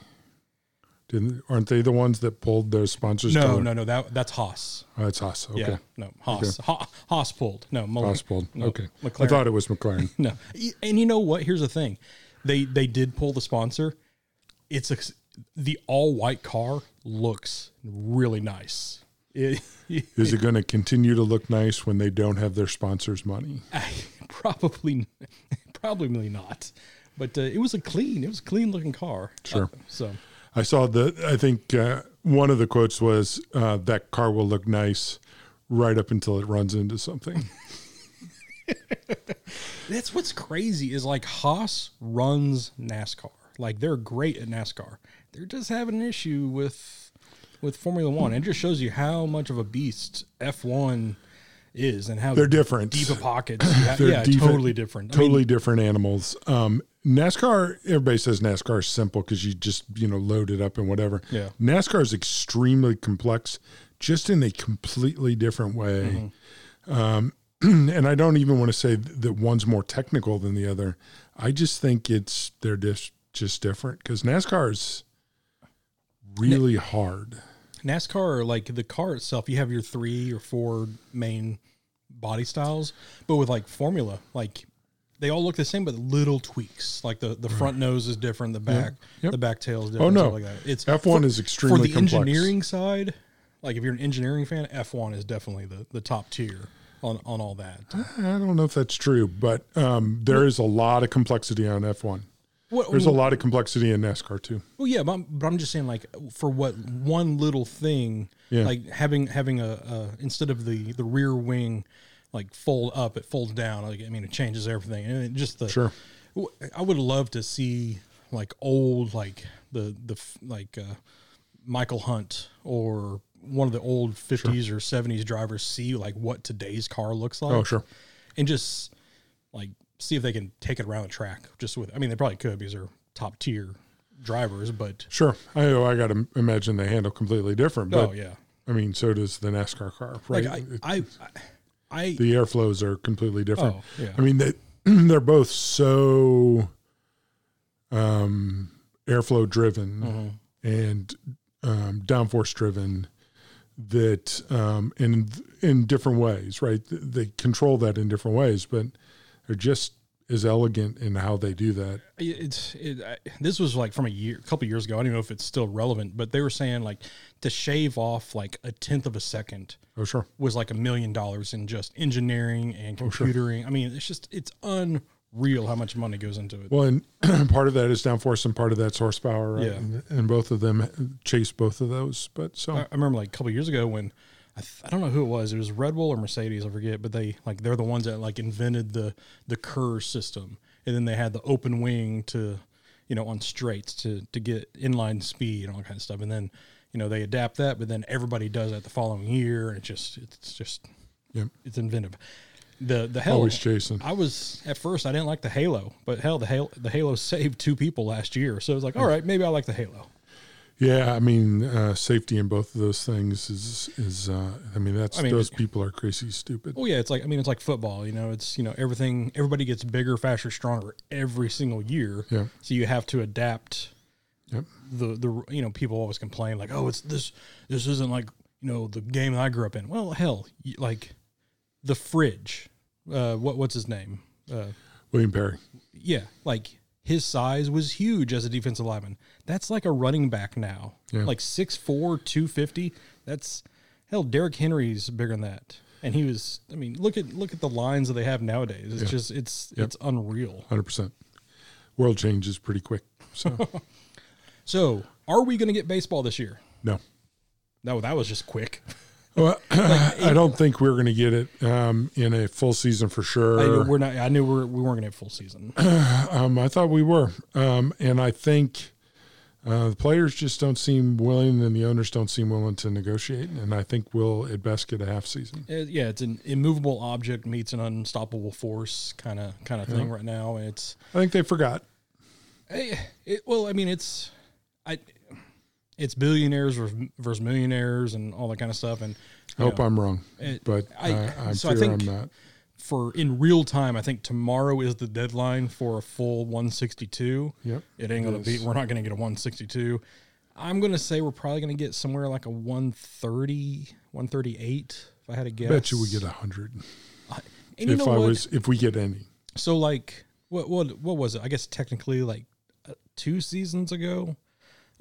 [SPEAKER 2] Didn't aren't they the ones that pulled their sponsors?
[SPEAKER 1] No,
[SPEAKER 2] color?
[SPEAKER 1] no, no. That that's Haas.
[SPEAKER 2] Oh, that's Haas. Okay,
[SPEAKER 1] Yeah, no, Haas. Ha- Haas pulled. No, Mal-
[SPEAKER 2] Haas pulled.
[SPEAKER 1] No,
[SPEAKER 2] okay, I
[SPEAKER 1] McLaren.
[SPEAKER 2] thought it was McLaren.
[SPEAKER 1] No, Y- and you know what? Here's the thing: they they did pull the sponsor. It's a, the all white car looks really nice. It,
[SPEAKER 2] Is it going to continue to look nice when they don't have their sponsors' money?
[SPEAKER 1] probably probably not, but uh, it was a clean. It was a clean looking car.
[SPEAKER 2] Sure.
[SPEAKER 1] Uh, so
[SPEAKER 2] I saw the. I think uh, one of the quotes was uh, that car will look nice right up until it runs into something.
[SPEAKER 1] that's what's crazy is like Haas runs NASCAR. Like they're great at NASCAR. They're just having an issue with with Formula One. It just shows you how much of a beast F one is and how
[SPEAKER 2] They're different.
[SPEAKER 1] deep of pockets. Yeah,
[SPEAKER 2] They're
[SPEAKER 1] yeah,
[SPEAKER 2] deep-
[SPEAKER 1] totally different. I mean,
[SPEAKER 2] totally different animals. Um, NASCAR, everybody says NASCAR is simple because you just you know load it up and whatever.
[SPEAKER 1] Yeah.
[SPEAKER 2] NASCAR is extremely complex, just in a completely different way.
[SPEAKER 1] Mm-hmm.
[SPEAKER 2] Um, and I don't even want to say th- that one's more technical than the other. I just think it's they're just just different because NASCAR is really hard.
[SPEAKER 1] NASCAR, like the car itself, you have your three or four main body styles, but with like Formula, like they all look the same, but little tweaks. Like the, the front nose is different, the back,
[SPEAKER 2] Yep.
[SPEAKER 1] the back tail is
[SPEAKER 2] Oh
[SPEAKER 1] different.
[SPEAKER 2] no,
[SPEAKER 1] stuff like that. It's
[SPEAKER 2] F one
[SPEAKER 1] for-
[SPEAKER 2] is extremely
[SPEAKER 1] for the
[SPEAKER 2] complex.
[SPEAKER 1] engineering side. Like if you're an engineering fan, F1 is definitely the, the top tier on on all that.
[SPEAKER 2] I don't know if that's true, but um, there is a lot of complexity on F one.
[SPEAKER 1] What,
[SPEAKER 2] There's a lot of complexity in NASCAR too.
[SPEAKER 1] Well, yeah, but I'm, but I'm just saying, like, for what one little thing,
[SPEAKER 2] Yeah.
[SPEAKER 1] like having having a, a instead of the the rear wing, like fold up, it folds down. Like, I mean, it changes everything, and it just the
[SPEAKER 2] Sure.
[SPEAKER 1] W- I would love to see like old like the the f- like uh, Michael Hunt or one of the old 50s or 70s drivers see like what today's car looks like.
[SPEAKER 2] Oh, sure.
[SPEAKER 1] And just like see if they can take it around the track just with I mean they probably could because they're top tier drivers but
[SPEAKER 2] Sure. I I got to imagine they handle completely different. But
[SPEAKER 1] oh yeah
[SPEAKER 2] I mean, so does the NASCAR car, right?
[SPEAKER 1] like I I I, I
[SPEAKER 2] the airflows are completely different.
[SPEAKER 1] Oh, yeah.
[SPEAKER 2] I mean, they they're both so um, airflow driven
[SPEAKER 1] Mm-hmm.
[SPEAKER 2] and um, downforce driven that um, in in different ways, right? Th- They control that in different ways, but they're just as elegant in how they do that.
[SPEAKER 1] it's it, I, this was like from a year, couple years ago. I don't even know if it's still relevant, but they were saying like to shave off like a tenth of a second
[SPEAKER 2] Oh, sure.
[SPEAKER 1] was like a million dollars in just engineering and computering. I mean, it's just it's unreal how much money goes into it.
[SPEAKER 2] Well, and part of that is downforce, and part of that's horsepower, right?
[SPEAKER 1] Yeah.
[SPEAKER 2] And, and both of them chase both of those. But so,
[SPEAKER 1] I, I remember like a couple years ago when I, th- I don't know who it was. It was Red Bull or Mercedes, I forget, but they like they're the ones that like invented the the curve system, and then they had the open wing to you know on straights to to get inline speed and all that kind of stuff, and then you know they adapt that, but then everybody does that the following year, and it's just it's just
[SPEAKER 2] Yep.
[SPEAKER 1] it's inventive. The the hell
[SPEAKER 2] always chasing.
[SPEAKER 1] I was at first I didn't like the Halo, but hell the Halo the Halo saved two people last year, so it was like all right maybe I like the Halo.
[SPEAKER 2] Yeah, I mean, uh, safety in both of those things is is. Uh, I mean, that's
[SPEAKER 1] I mean-
[SPEAKER 2] those people are crazy stupid.
[SPEAKER 1] Oh yeah, it's like I mean, it's like football. You know, it's you know everything. Everybody gets bigger, faster, stronger every single year.
[SPEAKER 2] Yeah.
[SPEAKER 1] So you have to adapt.
[SPEAKER 2] Yep.
[SPEAKER 1] The the you know people always complain like, oh, it's this this isn't like you know the game that I grew up in. Well, hell, you- like the fridge. Uh, what what's his name? Uh,
[SPEAKER 2] William Perry.
[SPEAKER 1] yeah, like his size was huge as a defensive lineman. That's like a running back now.
[SPEAKER 2] Yeah.
[SPEAKER 1] Like 6'4, 250. That's hell, Derrick Henry's bigger than that. And he was I mean, look at look at the lines that they have nowadays. It's just it's it's unreal.
[SPEAKER 2] Hundred percent. World changes pretty quick. So
[SPEAKER 1] So are we gonna get baseball this year?
[SPEAKER 2] no,
[SPEAKER 1] No, that was just quick.
[SPEAKER 2] well, I don't think we're going to get it um, in a full season for sure.
[SPEAKER 1] I knew we're not I knew we're we weren't gonna have full season. Uh,
[SPEAKER 2] Um, I thought we were, um, and I think uh, the players just don't seem willing, and the owners don't seem willing to negotiate. And I think we'll at best get a half season.
[SPEAKER 1] Uh, yeah, it's an immovable object meets an unstoppable force kind of kind of thing right now, and it's
[SPEAKER 2] I think they forgot.
[SPEAKER 1] Hey, it, well, I mean, it's, I, it's billionaires vers- versus millionaires and all that kind of stuff. And
[SPEAKER 2] I hope I'm wrong,
[SPEAKER 1] It-
[SPEAKER 2] but
[SPEAKER 1] I-
[SPEAKER 2] I, uh, I
[SPEAKER 1] so I
[SPEAKER 2] fear
[SPEAKER 1] think-
[SPEAKER 2] I'm not.
[SPEAKER 1] for in real time, I think tomorrow is the deadline for a full 162.
[SPEAKER 2] Yep.
[SPEAKER 1] It ain't gonna
[SPEAKER 2] It
[SPEAKER 1] be.
[SPEAKER 2] is.
[SPEAKER 1] We're not gonna get a 162. I'm gonna say we're probably gonna get somewhere like a 130, 138. If I had to guess,
[SPEAKER 2] Bet you we get a hundred
[SPEAKER 1] And you
[SPEAKER 2] if
[SPEAKER 1] know
[SPEAKER 2] I
[SPEAKER 1] what?
[SPEAKER 2] was if we get any.
[SPEAKER 1] so like what what what was it? I guess technically like uh, two seasons ago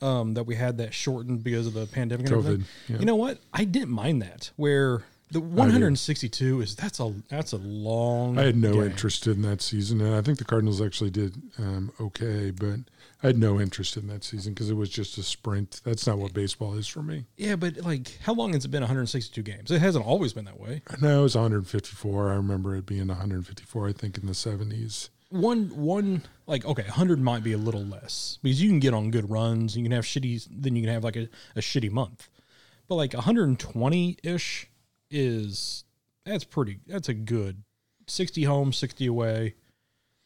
[SPEAKER 1] um that we had that shortened because of the pandemic and everything.
[SPEAKER 2] COVID, yeah.
[SPEAKER 1] You know what? I didn't mind that where the 162 is that's a that's a long
[SPEAKER 2] I had no
[SPEAKER 1] game.
[SPEAKER 2] interest in that season, and I think the Cardinals actually did um, okay, but I had no interest in that season because it was just a sprint. That's not what baseball is for me.
[SPEAKER 1] Yeah, but like how long has it been 162 games? It hasn't always been that way.
[SPEAKER 2] No, it was 154. I remember it being 154. I think in the 70s.
[SPEAKER 1] One one like okay, 100 might be a little less because you can get on good runs, you can have shitty then you can have like a, a shitty month. But like 120 ish is that's pretty. That's a good 60 home, 60 away,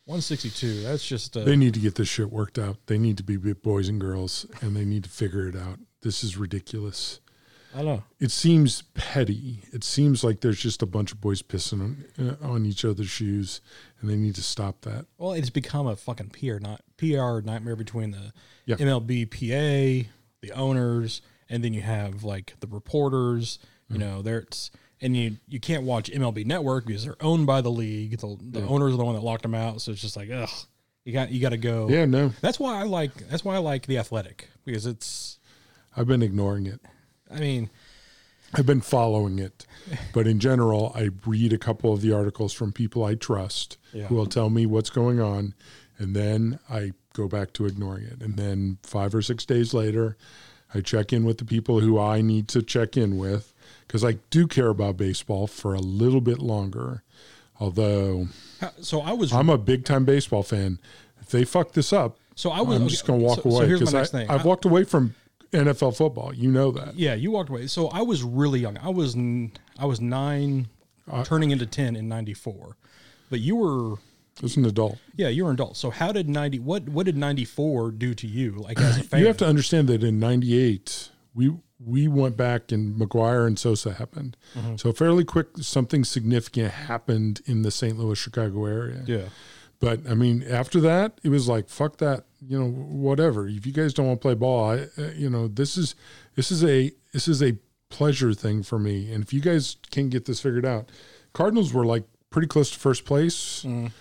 [SPEAKER 1] 162. That's just
[SPEAKER 2] They
[SPEAKER 1] a,
[SPEAKER 2] need to get this shit worked out. They need to be big boys and girls, and they need to figure it out. This is ridiculous.
[SPEAKER 1] I don't know.
[SPEAKER 2] It seems petty. It seems like there's just a bunch of boys pissing on, uh, on each other's shoes, and they need to stop that.
[SPEAKER 1] Well, it's become a fucking PR not PR nightmare between the
[SPEAKER 2] Yeah.
[SPEAKER 1] MLBPA, the owners, and then you have like the reporters. You
[SPEAKER 2] Mm-hmm.
[SPEAKER 1] know, there's and you you can't watch MLB Network because they're owned by the league. The, the owners are the one that locked them out, so it's just like ugh. You got you got to go.
[SPEAKER 2] Yeah, no,
[SPEAKER 1] That's why I like that's why I like the athletic because it's
[SPEAKER 2] I've been ignoring it.
[SPEAKER 1] I mean
[SPEAKER 2] I've been following it, but in general, I read a couple of the articles from people I trust
[SPEAKER 1] Yeah.
[SPEAKER 2] who will tell me what's going on, and then I go back to ignoring it. And then five or six days later, I check in with the people who I need to check in with because I do care about baseball for a little bit longer. Although
[SPEAKER 1] how- so I was
[SPEAKER 2] I'm a big time baseball fan, if they fuck this up,
[SPEAKER 1] so I was
[SPEAKER 2] I'm
[SPEAKER 1] okay,
[SPEAKER 2] just going to walk
[SPEAKER 1] so- so
[SPEAKER 2] away
[SPEAKER 1] here's my
[SPEAKER 2] because
[SPEAKER 1] next thing.
[SPEAKER 2] I've
[SPEAKER 1] I-
[SPEAKER 2] walked away from NFL football. You know that.
[SPEAKER 1] Yeah, you walked away. So I was really young. I was n- I was nine,
[SPEAKER 2] Uh,
[SPEAKER 1] turning into ten in '94. But you were,
[SPEAKER 2] As an adult.
[SPEAKER 1] yeah, you were an adult. So how did ninety? What what did '94 do to you, like as a fan?
[SPEAKER 2] You have to understand that in '98, we we went back and McGuire and Sosa happened.
[SPEAKER 1] Mm-hmm.
[SPEAKER 2] So fairly quick, something significant happened in the St. Louis Chicago area.
[SPEAKER 1] yeah,
[SPEAKER 2] But I mean, after that, it was like fuck that. You know, whatever. If you guys don't want to play ball, I, uh, you know, this is this is a this is a pleasure thing for me. And if you guys can get this figured out, Cardinals were like pretty close to first place.
[SPEAKER 1] Mm.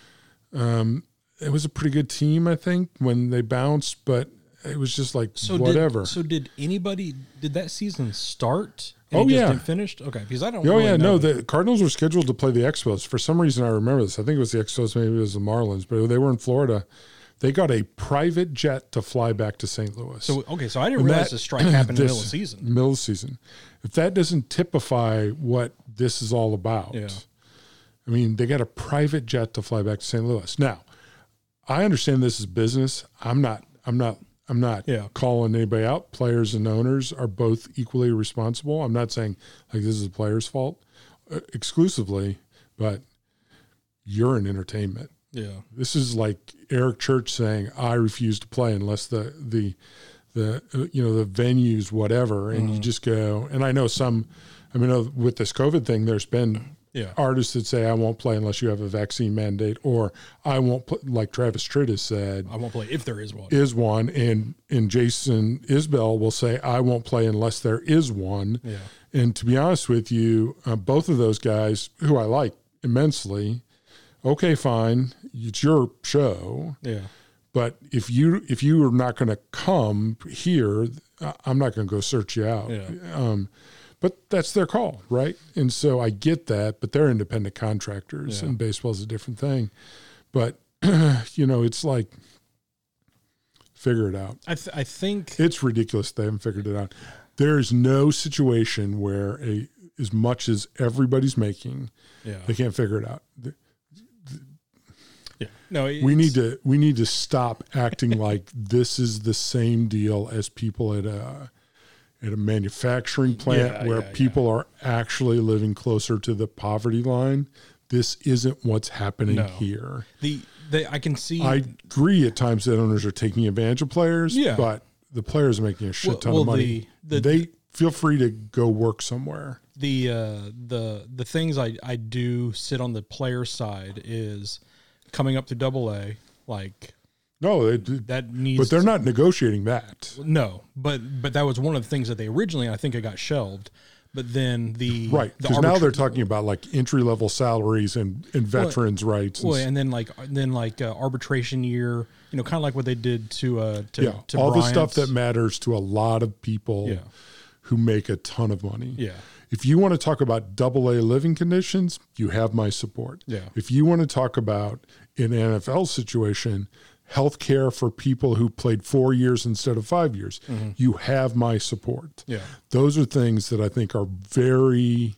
[SPEAKER 2] Um, it was a pretty good team, I think, when they bounced, but it was just like
[SPEAKER 1] so
[SPEAKER 2] whatever.
[SPEAKER 1] Did, so did anybody? Did that season start? and
[SPEAKER 2] Oh,
[SPEAKER 1] it just
[SPEAKER 2] yeah.
[SPEAKER 1] didn't finished. Okay, because I don't.
[SPEAKER 2] Oh
[SPEAKER 1] really
[SPEAKER 2] yeah,
[SPEAKER 1] know.
[SPEAKER 2] no. The Cardinals were scheduled to play the Expos. For some reason, I remember this. I think it was the Expos, maybe it was the Marlins, but they were in Florida. They got a private jet to fly back to St. Louis.
[SPEAKER 1] So okay, so I didn't realize the strike happened in the middle of the season.
[SPEAKER 2] Middle of season. If that doesn't typify what this is all about,
[SPEAKER 1] Yeah.
[SPEAKER 2] I mean, they got a private jet to fly back to St. Louis. Now, I understand this is business. I'm not. I'm not. I'm not
[SPEAKER 1] Yeah.
[SPEAKER 2] calling anybody out. Players and owners are both equally responsible. I'm not saying like this is the player's fault uh, exclusively, but you're an entertainment.
[SPEAKER 1] Yeah,
[SPEAKER 2] This is like Eric Church saying, "I refuse to play unless the the the uh, you know the venues, whatever, and
[SPEAKER 1] Mm-hmm.
[SPEAKER 2] you just go. And I know some. I mean, uh, with this COVID thing, there's been
[SPEAKER 1] Yeah.
[SPEAKER 2] artists that say I won't play unless you have a vaccine mandate, or I won't play, like Travis Tritt has said
[SPEAKER 1] I won't play if there is one.
[SPEAKER 2] is one, and and Jason Isbell will say I won't play unless there is one.
[SPEAKER 1] Yeah.
[SPEAKER 2] And to be honest with you, uh, both of those guys, who I like immensely, okay, fine, it's your show,
[SPEAKER 1] Yeah.
[SPEAKER 2] but if you if you are not going to come here, I- I'm not going to go search you out.
[SPEAKER 1] Yeah.
[SPEAKER 2] Um, but that's their call, right? And so I get that, but they're independent contractors,
[SPEAKER 1] Yeah.
[SPEAKER 2] and baseball's a different thing. But you know, it's like figure it out.
[SPEAKER 1] I, th- I think
[SPEAKER 2] It's ridiculous they haven't figured it out. There is no situation where a as much as everybody's making,
[SPEAKER 1] yeah.
[SPEAKER 2] they can't figure it out.
[SPEAKER 1] yeah. No,
[SPEAKER 2] We need to we need to stop acting like this is the same deal as people at a at a manufacturing plant
[SPEAKER 1] Yeah,
[SPEAKER 2] where
[SPEAKER 1] yeah, yeah.
[SPEAKER 2] people are actually living closer to the poverty line. This isn't what's happening
[SPEAKER 1] No.
[SPEAKER 2] here.
[SPEAKER 1] the, the I can see
[SPEAKER 2] I agree at times that owners are taking advantage of players,
[SPEAKER 1] Yeah.
[SPEAKER 2] but the players are making a shit
[SPEAKER 1] Well-
[SPEAKER 2] ton
[SPEAKER 1] well,
[SPEAKER 2] of money.
[SPEAKER 1] the- the-
[SPEAKER 2] they feel free to go work somewhere.
[SPEAKER 1] the uh, the the things I, I do sit on the player side is coming up to double A like
[SPEAKER 2] No, they,
[SPEAKER 1] that needs
[SPEAKER 2] but they're
[SPEAKER 1] to-
[SPEAKER 2] not negotiating that.
[SPEAKER 1] no but but that was one of the things that they originally I think it got shelved but then the
[SPEAKER 2] Right,
[SPEAKER 1] the
[SPEAKER 2] because now
[SPEAKER 1] arbitra-
[SPEAKER 2] they're talking about like entry level salaries and, and veterans' rights. And
[SPEAKER 1] Well,
[SPEAKER 2] s-
[SPEAKER 1] and then like then like uh, arbitration year you know kind of like what they did to uh to,
[SPEAKER 2] yeah,
[SPEAKER 1] to
[SPEAKER 2] all the stuff
[SPEAKER 1] Bryant's.
[SPEAKER 2] that matters to a lot of people
[SPEAKER 1] Yeah.
[SPEAKER 2] who make a ton of money.
[SPEAKER 1] yeah
[SPEAKER 2] If you want to talk about double A living conditions, you have my support.
[SPEAKER 1] Yeah.
[SPEAKER 2] If you want to talk about an NFL situation, health care for people who played four years instead of five years,
[SPEAKER 1] Mm-hmm.
[SPEAKER 2] you have my support.
[SPEAKER 1] yeah
[SPEAKER 2] Those are things that I think are very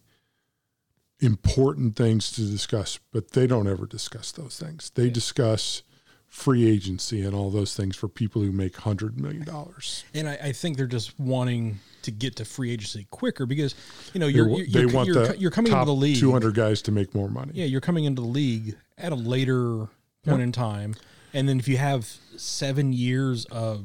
[SPEAKER 2] important things to discuss, but they don't ever discuss those things. They discuss free agency and all those things for people who make hundred million dollars.
[SPEAKER 1] and I, I think they're just wanting to get to free agency quicker because you know
[SPEAKER 2] They,
[SPEAKER 1] you're,
[SPEAKER 2] wa-
[SPEAKER 1] you're,
[SPEAKER 2] they
[SPEAKER 1] you're,
[SPEAKER 2] want
[SPEAKER 1] you're,
[SPEAKER 2] the
[SPEAKER 1] you're coming
[SPEAKER 2] top
[SPEAKER 1] into the league
[SPEAKER 2] two hundred guys to make more money.
[SPEAKER 1] yeah, you're coming into the league at a later
[SPEAKER 2] Yeah.
[SPEAKER 1] point in time, and then if you have seven years of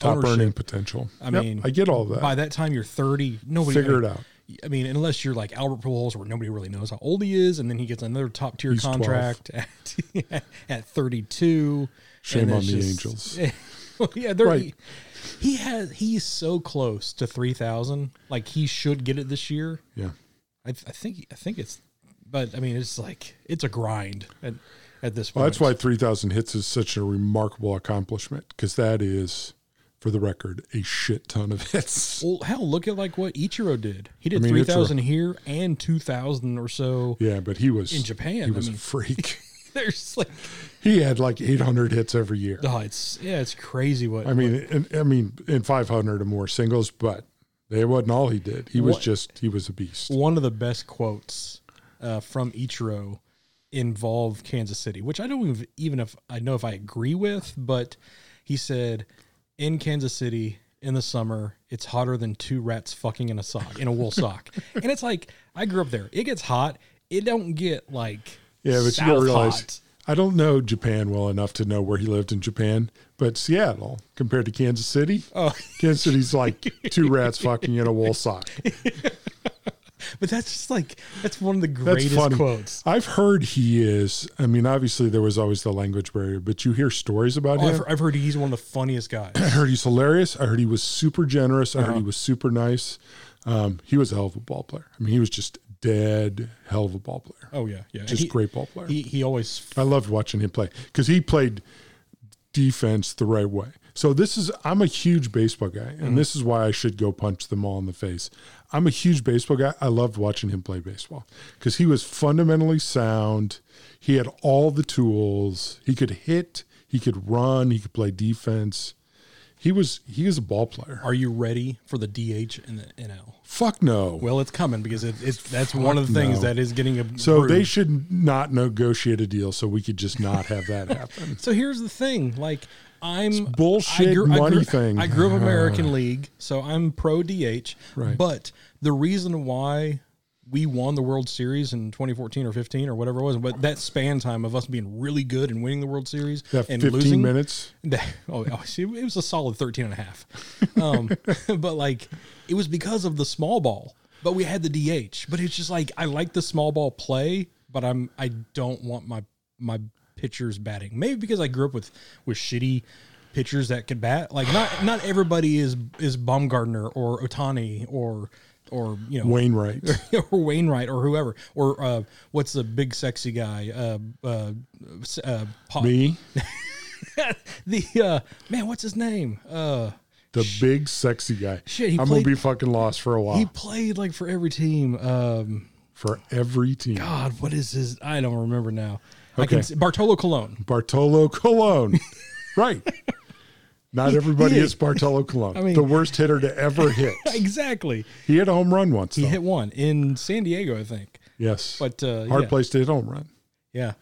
[SPEAKER 2] Top
[SPEAKER 1] ownership,
[SPEAKER 2] earning potential.
[SPEAKER 1] I
[SPEAKER 2] Yep,
[SPEAKER 1] mean,
[SPEAKER 2] I get all that.
[SPEAKER 1] by that time you're 30, nobody
[SPEAKER 2] Figure
[SPEAKER 1] I
[SPEAKER 2] it
[SPEAKER 1] mean,
[SPEAKER 2] out.
[SPEAKER 1] I mean, unless you're like Albert Pujols, where nobody really knows how old he is, and then he gets another top tier
[SPEAKER 2] He's 12.
[SPEAKER 1] contract at, at 32.
[SPEAKER 2] Shame
[SPEAKER 1] and
[SPEAKER 2] on
[SPEAKER 1] it's
[SPEAKER 2] the
[SPEAKER 1] just-
[SPEAKER 2] Angels.
[SPEAKER 1] Well, yeah, they're,
[SPEAKER 2] Right.
[SPEAKER 1] he, he has he's so close to 3,000. Like he should get it this year.
[SPEAKER 2] Yeah.
[SPEAKER 1] I, th- I think I think it's, but I mean it's like it's a grind at, at this point.
[SPEAKER 2] Well, that's why 3,000 hits is such a remarkable accomplishment because that is, for the record, a shit ton of hits.
[SPEAKER 1] Well, hell, look at like what Ichiro did. He did
[SPEAKER 2] I mean,
[SPEAKER 1] three thousand here and two thousand or so.
[SPEAKER 2] Yeah, but he was
[SPEAKER 1] In Japan,
[SPEAKER 2] He
[SPEAKER 1] I
[SPEAKER 2] was
[SPEAKER 1] mean-
[SPEAKER 2] a freak.
[SPEAKER 1] There's like,
[SPEAKER 2] he had like 800 hits every year.
[SPEAKER 1] oh, it's yeah, it's crazy. What
[SPEAKER 2] I mean, and, I mean, and 500 or more singles, but it wasn't all he did. He was
[SPEAKER 1] What-
[SPEAKER 2] just he was a beast.
[SPEAKER 1] one of the best quotes uh, from Ichiro involved Kansas City, which I don't even, even if I know if I agree with, but he said, "In Kansas City in the summer, it's hotter than two rats fucking in a sock in a wool sock." and it's like I grew up there; it gets hot. It don't get like
[SPEAKER 2] Yeah, but
[SPEAKER 1] south
[SPEAKER 2] you gotta realize
[SPEAKER 1] hot.
[SPEAKER 2] I don't know Japan well enough to know where he lived in Japan, but Seattle compared to Kansas City,
[SPEAKER 1] Oh.
[SPEAKER 2] Kansas City's like two rats fucking in a wool sock.
[SPEAKER 1] But that's just like that's one of the
[SPEAKER 2] That's
[SPEAKER 1] greatest
[SPEAKER 2] funny.
[SPEAKER 1] quotes.
[SPEAKER 2] I've heard he is. I mean, obviously there was always the language barrier, but you hear stories about
[SPEAKER 1] Oh,
[SPEAKER 2] him.
[SPEAKER 1] I've, I've heard he's one of the funniest guys.
[SPEAKER 2] I heard he's hilarious. I heard he was super generous. I heard he
[SPEAKER 1] Uh-huh.
[SPEAKER 2] was super nice. Um, he was a hell of a ball player. I mean, he was just dead hell of a ball player.
[SPEAKER 1] Oh yeah, yeah. And
[SPEAKER 2] Just
[SPEAKER 1] he,
[SPEAKER 2] great ball player.
[SPEAKER 1] He he always
[SPEAKER 2] I loved watching him play because he played defense the right way. So this is I'm a huge baseball guy, and
[SPEAKER 1] Mm-hmm.
[SPEAKER 2] this is why I should go punch them all in the face. I'm a huge baseball guy. I loved watching him play baseball because he was fundamentally sound. He had all the tools. He could hit. He could run. He could play defense. He was he is a ball player.
[SPEAKER 1] Are you ready for the DH and the NL?
[SPEAKER 2] Fuck no.
[SPEAKER 1] Well, it's coming because it, it's that's one of the things
[SPEAKER 2] no.
[SPEAKER 1] that is getting a
[SPEAKER 2] so they should not negotiate a deal so we could just not have that happen.
[SPEAKER 1] So here's the thing, like I'm
[SPEAKER 2] bullshit money thing.
[SPEAKER 1] I grew up American League, so I'm pro DH.
[SPEAKER 2] Right.
[SPEAKER 1] But the reason why we won the World Series in 2014 or 15 or whatever it was, but that span time of us being really good and winning the World Series
[SPEAKER 2] That
[SPEAKER 1] and
[SPEAKER 2] 15
[SPEAKER 1] losing,
[SPEAKER 2] minutes.
[SPEAKER 1] that, oh, oh, see, it was a solid 13 and a half. Um, but like, it was because of the small ball, but we had the DH. But it's just like, I like the small ball play, but I'm, I don't want my, my pitchers batting. Maybe because I grew up with, with shitty pitchers that could bat. Like, not, not everybody is, is Baumgartner or Otani or, or, you know,
[SPEAKER 2] Wainwright.
[SPEAKER 1] or Wainwright or whoever or uh, what's the big sexy guy? Uh, uh, s- uh, Pa-
[SPEAKER 2] Me,
[SPEAKER 1] the uh, man, what's his name? Uh,
[SPEAKER 2] the big sexy guy.
[SPEAKER 1] Shit, he
[SPEAKER 2] I'm
[SPEAKER 1] played-
[SPEAKER 2] gonna be fucking lost for a while.
[SPEAKER 1] he played like for every team. Um,
[SPEAKER 2] for every team.
[SPEAKER 1] God, what is his? I don't remember now. I
[SPEAKER 2] Okay.
[SPEAKER 1] can see, Bartolo Colon.
[SPEAKER 2] Bartolo Colon. right. Not everybody
[SPEAKER 1] he-
[SPEAKER 2] is Bartolo Colon.
[SPEAKER 1] mean-
[SPEAKER 2] the worst hitter to ever hit.
[SPEAKER 1] Exactly.
[SPEAKER 2] He hit a home run once.
[SPEAKER 1] He
[SPEAKER 2] though.
[SPEAKER 1] hit one in San Diego, I think.
[SPEAKER 2] yes.
[SPEAKER 1] But uh,
[SPEAKER 2] Hard
[SPEAKER 1] yeah,
[SPEAKER 2] place to hit a home run.
[SPEAKER 1] Yeah.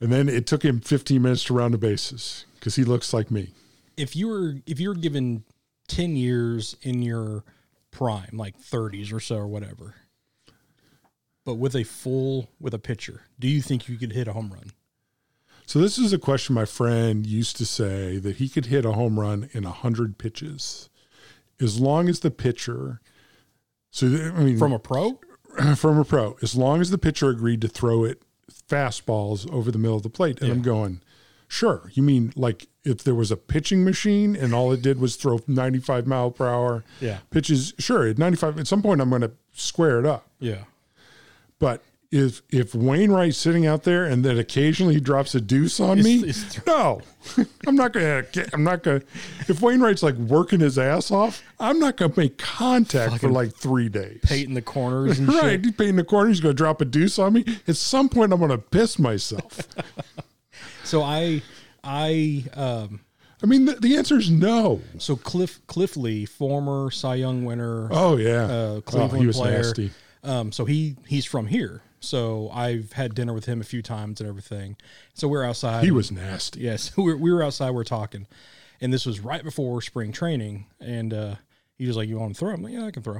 [SPEAKER 2] And then it took him 15 minutes to round the bases because he looks like me.
[SPEAKER 1] If you were if you were given ten years in your prime, like thirties or so or whatever, but with a full with a pitcher, do you think you could hit a home run?
[SPEAKER 2] So this is a question my friend used to say that he could hit a home run in 100 pitches as long as the pitcher so th- I mean
[SPEAKER 1] From a pro?
[SPEAKER 2] from a pro, as long as the pitcher agreed to throw it fastballs over the middle of the plate. And I'm going, sure. You mean like if there was a pitching machine and all it did was throw 95 mile per hour
[SPEAKER 1] Yeah.
[SPEAKER 2] pitches? Sure, at 95. At some point, I'm going to square it up.
[SPEAKER 1] Yeah.
[SPEAKER 2] But if if Wainwright's sitting out there and then occasionally he drops a deuce on me,
[SPEAKER 1] It's- it's-
[SPEAKER 2] no, I'm not gonna. get- I'm not gonna. If Wainwright's like working his ass off, I'm not gonna make contact for like three days
[SPEAKER 1] Painting the corners and
[SPEAKER 2] right.
[SPEAKER 1] shit.
[SPEAKER 2] He's painting the corner. He's going to drop a deuce on me. At some point, I'm going to piss myself.
[SPEAKER 1] So I, I, um,
[SPEAKER 2] I mean, the, the answer is no.
[SPEAKER 1] so Cliff Cliff Lee, former Cy Young winner,
[SPEAKER 2] Oh, yeah.
[SPEAKER 1] uh,
[SPEAKER 2] Oh,
[SPEAKER 1] Cleveland
[SPEAKER 2] he was
[SPEAKER 1] player.
[SPEAKER 2] nasty.
[SPEAKER 1] Um, so he he's from here. So I've had dinner with him a few times and everything. So we're outside.
[SPEAKER 2] He was nasty.
[SPEAKER 1] Yes, we were, we were outside. We are talking, and this was right before spring training. And uh, he was like, "You want to throw?" I'm like, "Yeah, I can throw,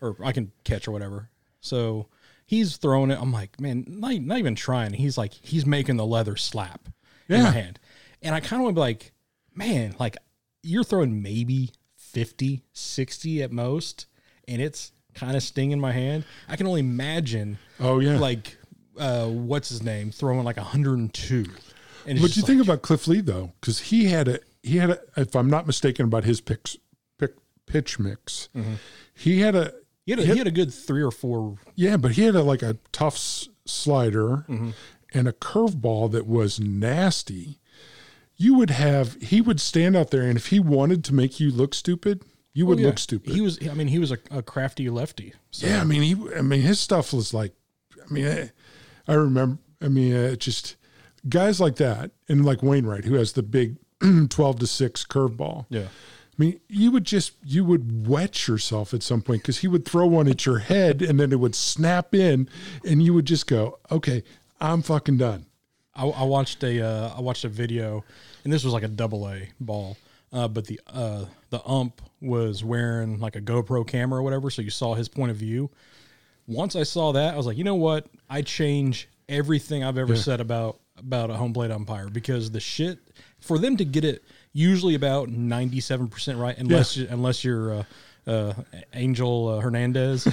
[SPEAKER 1] or I can catch, or whatever." So he's throwing it. I'm like, "Man, not, e- not even trying." He's like, he's making the leather slap in my
[SPEAKER 2] Yeah.
[SPEAKER 1] hand, and I kind of want to be like, "Man, like you're throwing maybe 50, 60 at most, and it's kind of stinging my hand." I can only imagine,
[SPEAKER 2] Oh, yeah.
[SPEAKER 1] like, uh, what's his name throwing like 102. And it's
[SPEAKER 2] What
[SPEAKER 1] just
[SPEAKER 2] do you
[SPEAKER 1] like-
[SPEAKER 2] think about Cliff Lee, though? Because he had a, he had a, if I'm not mistaken about his picks, pick, pitch mix,
[SPEAKER 1] Mm-hmm.
[SPEAKER 2] he had a,
[SPEAKER 1] He had, a, he had a good three or four.
[SPEAKER 2] yeah, but he had a, like a tough s- slider
[SPEAKER 1] Mm-hmm.
[SPEAKER 2] and a curveball that was nasty. You would have, he would stand out there, and if he wanted to make you look stupid, you
[SPEAKER 1] Oh,
[SPEAKER 2] would look stupid.
[SPEAKER 1] He was, I mean, he was a, a crafty lefty. So
[SPEAKER 2] Yeah, I mean, he, I mean, his stuff was like, I mean, I, I remember, I mean, uh, it just guys like that, and like Wainwright, who has the big twelve to six curveball.
[SPEAKER 1] yeah,
[SPEAKER 2] I mean, you would just you would wet yourself at some point because he would throw one at your head, and then it would snap in, and you would just go, okay, I'm fucking done.
[SPEAKER 1] I, I watched a uh, I watched a video, and this was like a double A ball, uh, but the uh, the ump was wearing like a GoPro camera or whatever, so you saw his point of view. Once I saw that, I was like, you know what? I change everything I've ever said about about a home plate umpire because the shit for them to get it usually about ninety seven percent right, unless you, unless you're uh, uh, Angel uh, Hernandez.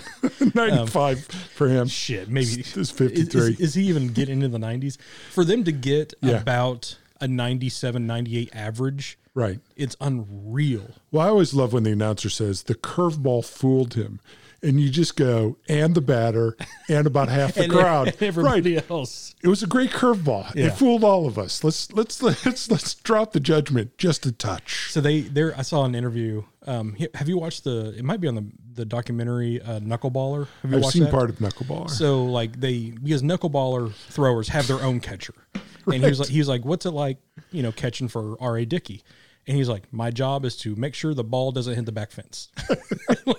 [SPEAKER 2] Ninety five for him.
[SPEAKER 1] shit, maybe
[SPEAKER 2] It's- it's 53.
[SPEAKER 1] Is, is he even getting into the 90s? For them to get
[SPEAKER 2] Yeah.
[SPEAKER 1] about a 97, 98 average,
[SPEAKER 2] Right.
[SPEAKER 1] it's unreal.
[SPEAKER 2] Well, I always love when the announcer says the curveball fooled him. And you just go, and the batter, and about half the
[SPEAKER 1] And
[SPEAKER 2] crowd. right.
[SPEAKER 1] everybody else.
[SPEAKER 2] It was a great curveball.
[SPEAKER 1] Yeah.
[SPEAKER 2] It fooled all of us. Let's let's let's let's drop the judgment just a touch.
[SPEAKER 1] So they there. I saw an interview. Um, he- have you watched the? It might be on the the documentary uh, Knuckleballer. Have you
[SPEAKER 2] I've
[SPEAKER 1] watched
[SPEAKER 2] seen
[SPEAKER 1] that?
[SPEAKER 2] part of knuckleballer.
[SPEAKER 1] So like they because knuckleballer throwers have their own catcher, and he was like he was like, what's it like, you know, catching for R. A. Dickey, and he's like, my job is to make sure the ball doesn't hit the back fence.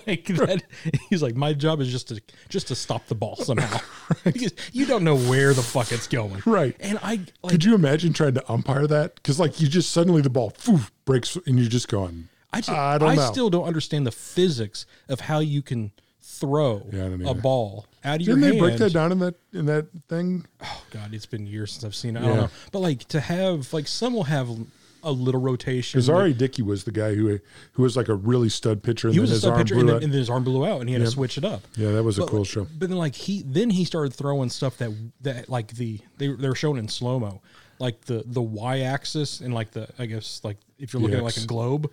[SPEAKER 1] like that, he's like, my job is just to just to stop the ball somehow because you don't know where the fuck it's going.
[SPEAKER 2] Right.
[SPEAKER 1] And I like
[SPEAKER 2] Could you imagine trying to umpire that? Because like you just suddenly the ball poof, breaks and you're just going.
[SPEAKER 1] I just
[SPEAKER 2] I don't know.
[SPEAKER 1] still don't understand the physics of how you can throw
[SPEAKER 2] Yeah, I don't
[SPEAKER 1] a
[SPEAKER 2] either.
[SPEAKER 1] ball out of
[SPEAKER 2] Didn't
[SPEAKER 1] your
[SPEAKER 2] they break
[SPEAKER 1] hand-
[SPEAKER 2] that down in that in that thing?
[SPEAKER 1] Oh God, it's been years since I've seen it. I
[SPEAKER 2] Yeah.
[SPEAKER 1] don't know, but like to have like some will have a little rotation.
[SPEAKER 2] Because Ari Dickey was the guy who who was like a really stud pitcher, and
[SPEAKER 1] he
[SPEAKER 2] then
[SPEAKER 1] was a
[SPEAKER 2] his
[SPEAKER 1] stud
[SPEAKER 2] arm
[SPEAKER 1] pitcher,
[SPEAKER 2] blew
[SPEAKER 1] and then,
[SPEAKER 2] out.
[SPEAKER 1] and then his arm blew out, and he had
[SPEAKER 2] Yeah.
[SPEAKER 1] to switch it up.
[SPEAKER 2] yeah, that was a
[SPEAKER 1] But,
[SPEAKER 2] cool
[SPEAKER 1] like,
[SPEAKER 2] show.
[SPEAKER 1] But then like he then he started throwing stuff that that like the they they were shown in slow mo, like the the y axis and like the I guess like if you're looking at like
[SPEAKER 2] X.
[SPEAKER 1] a globe,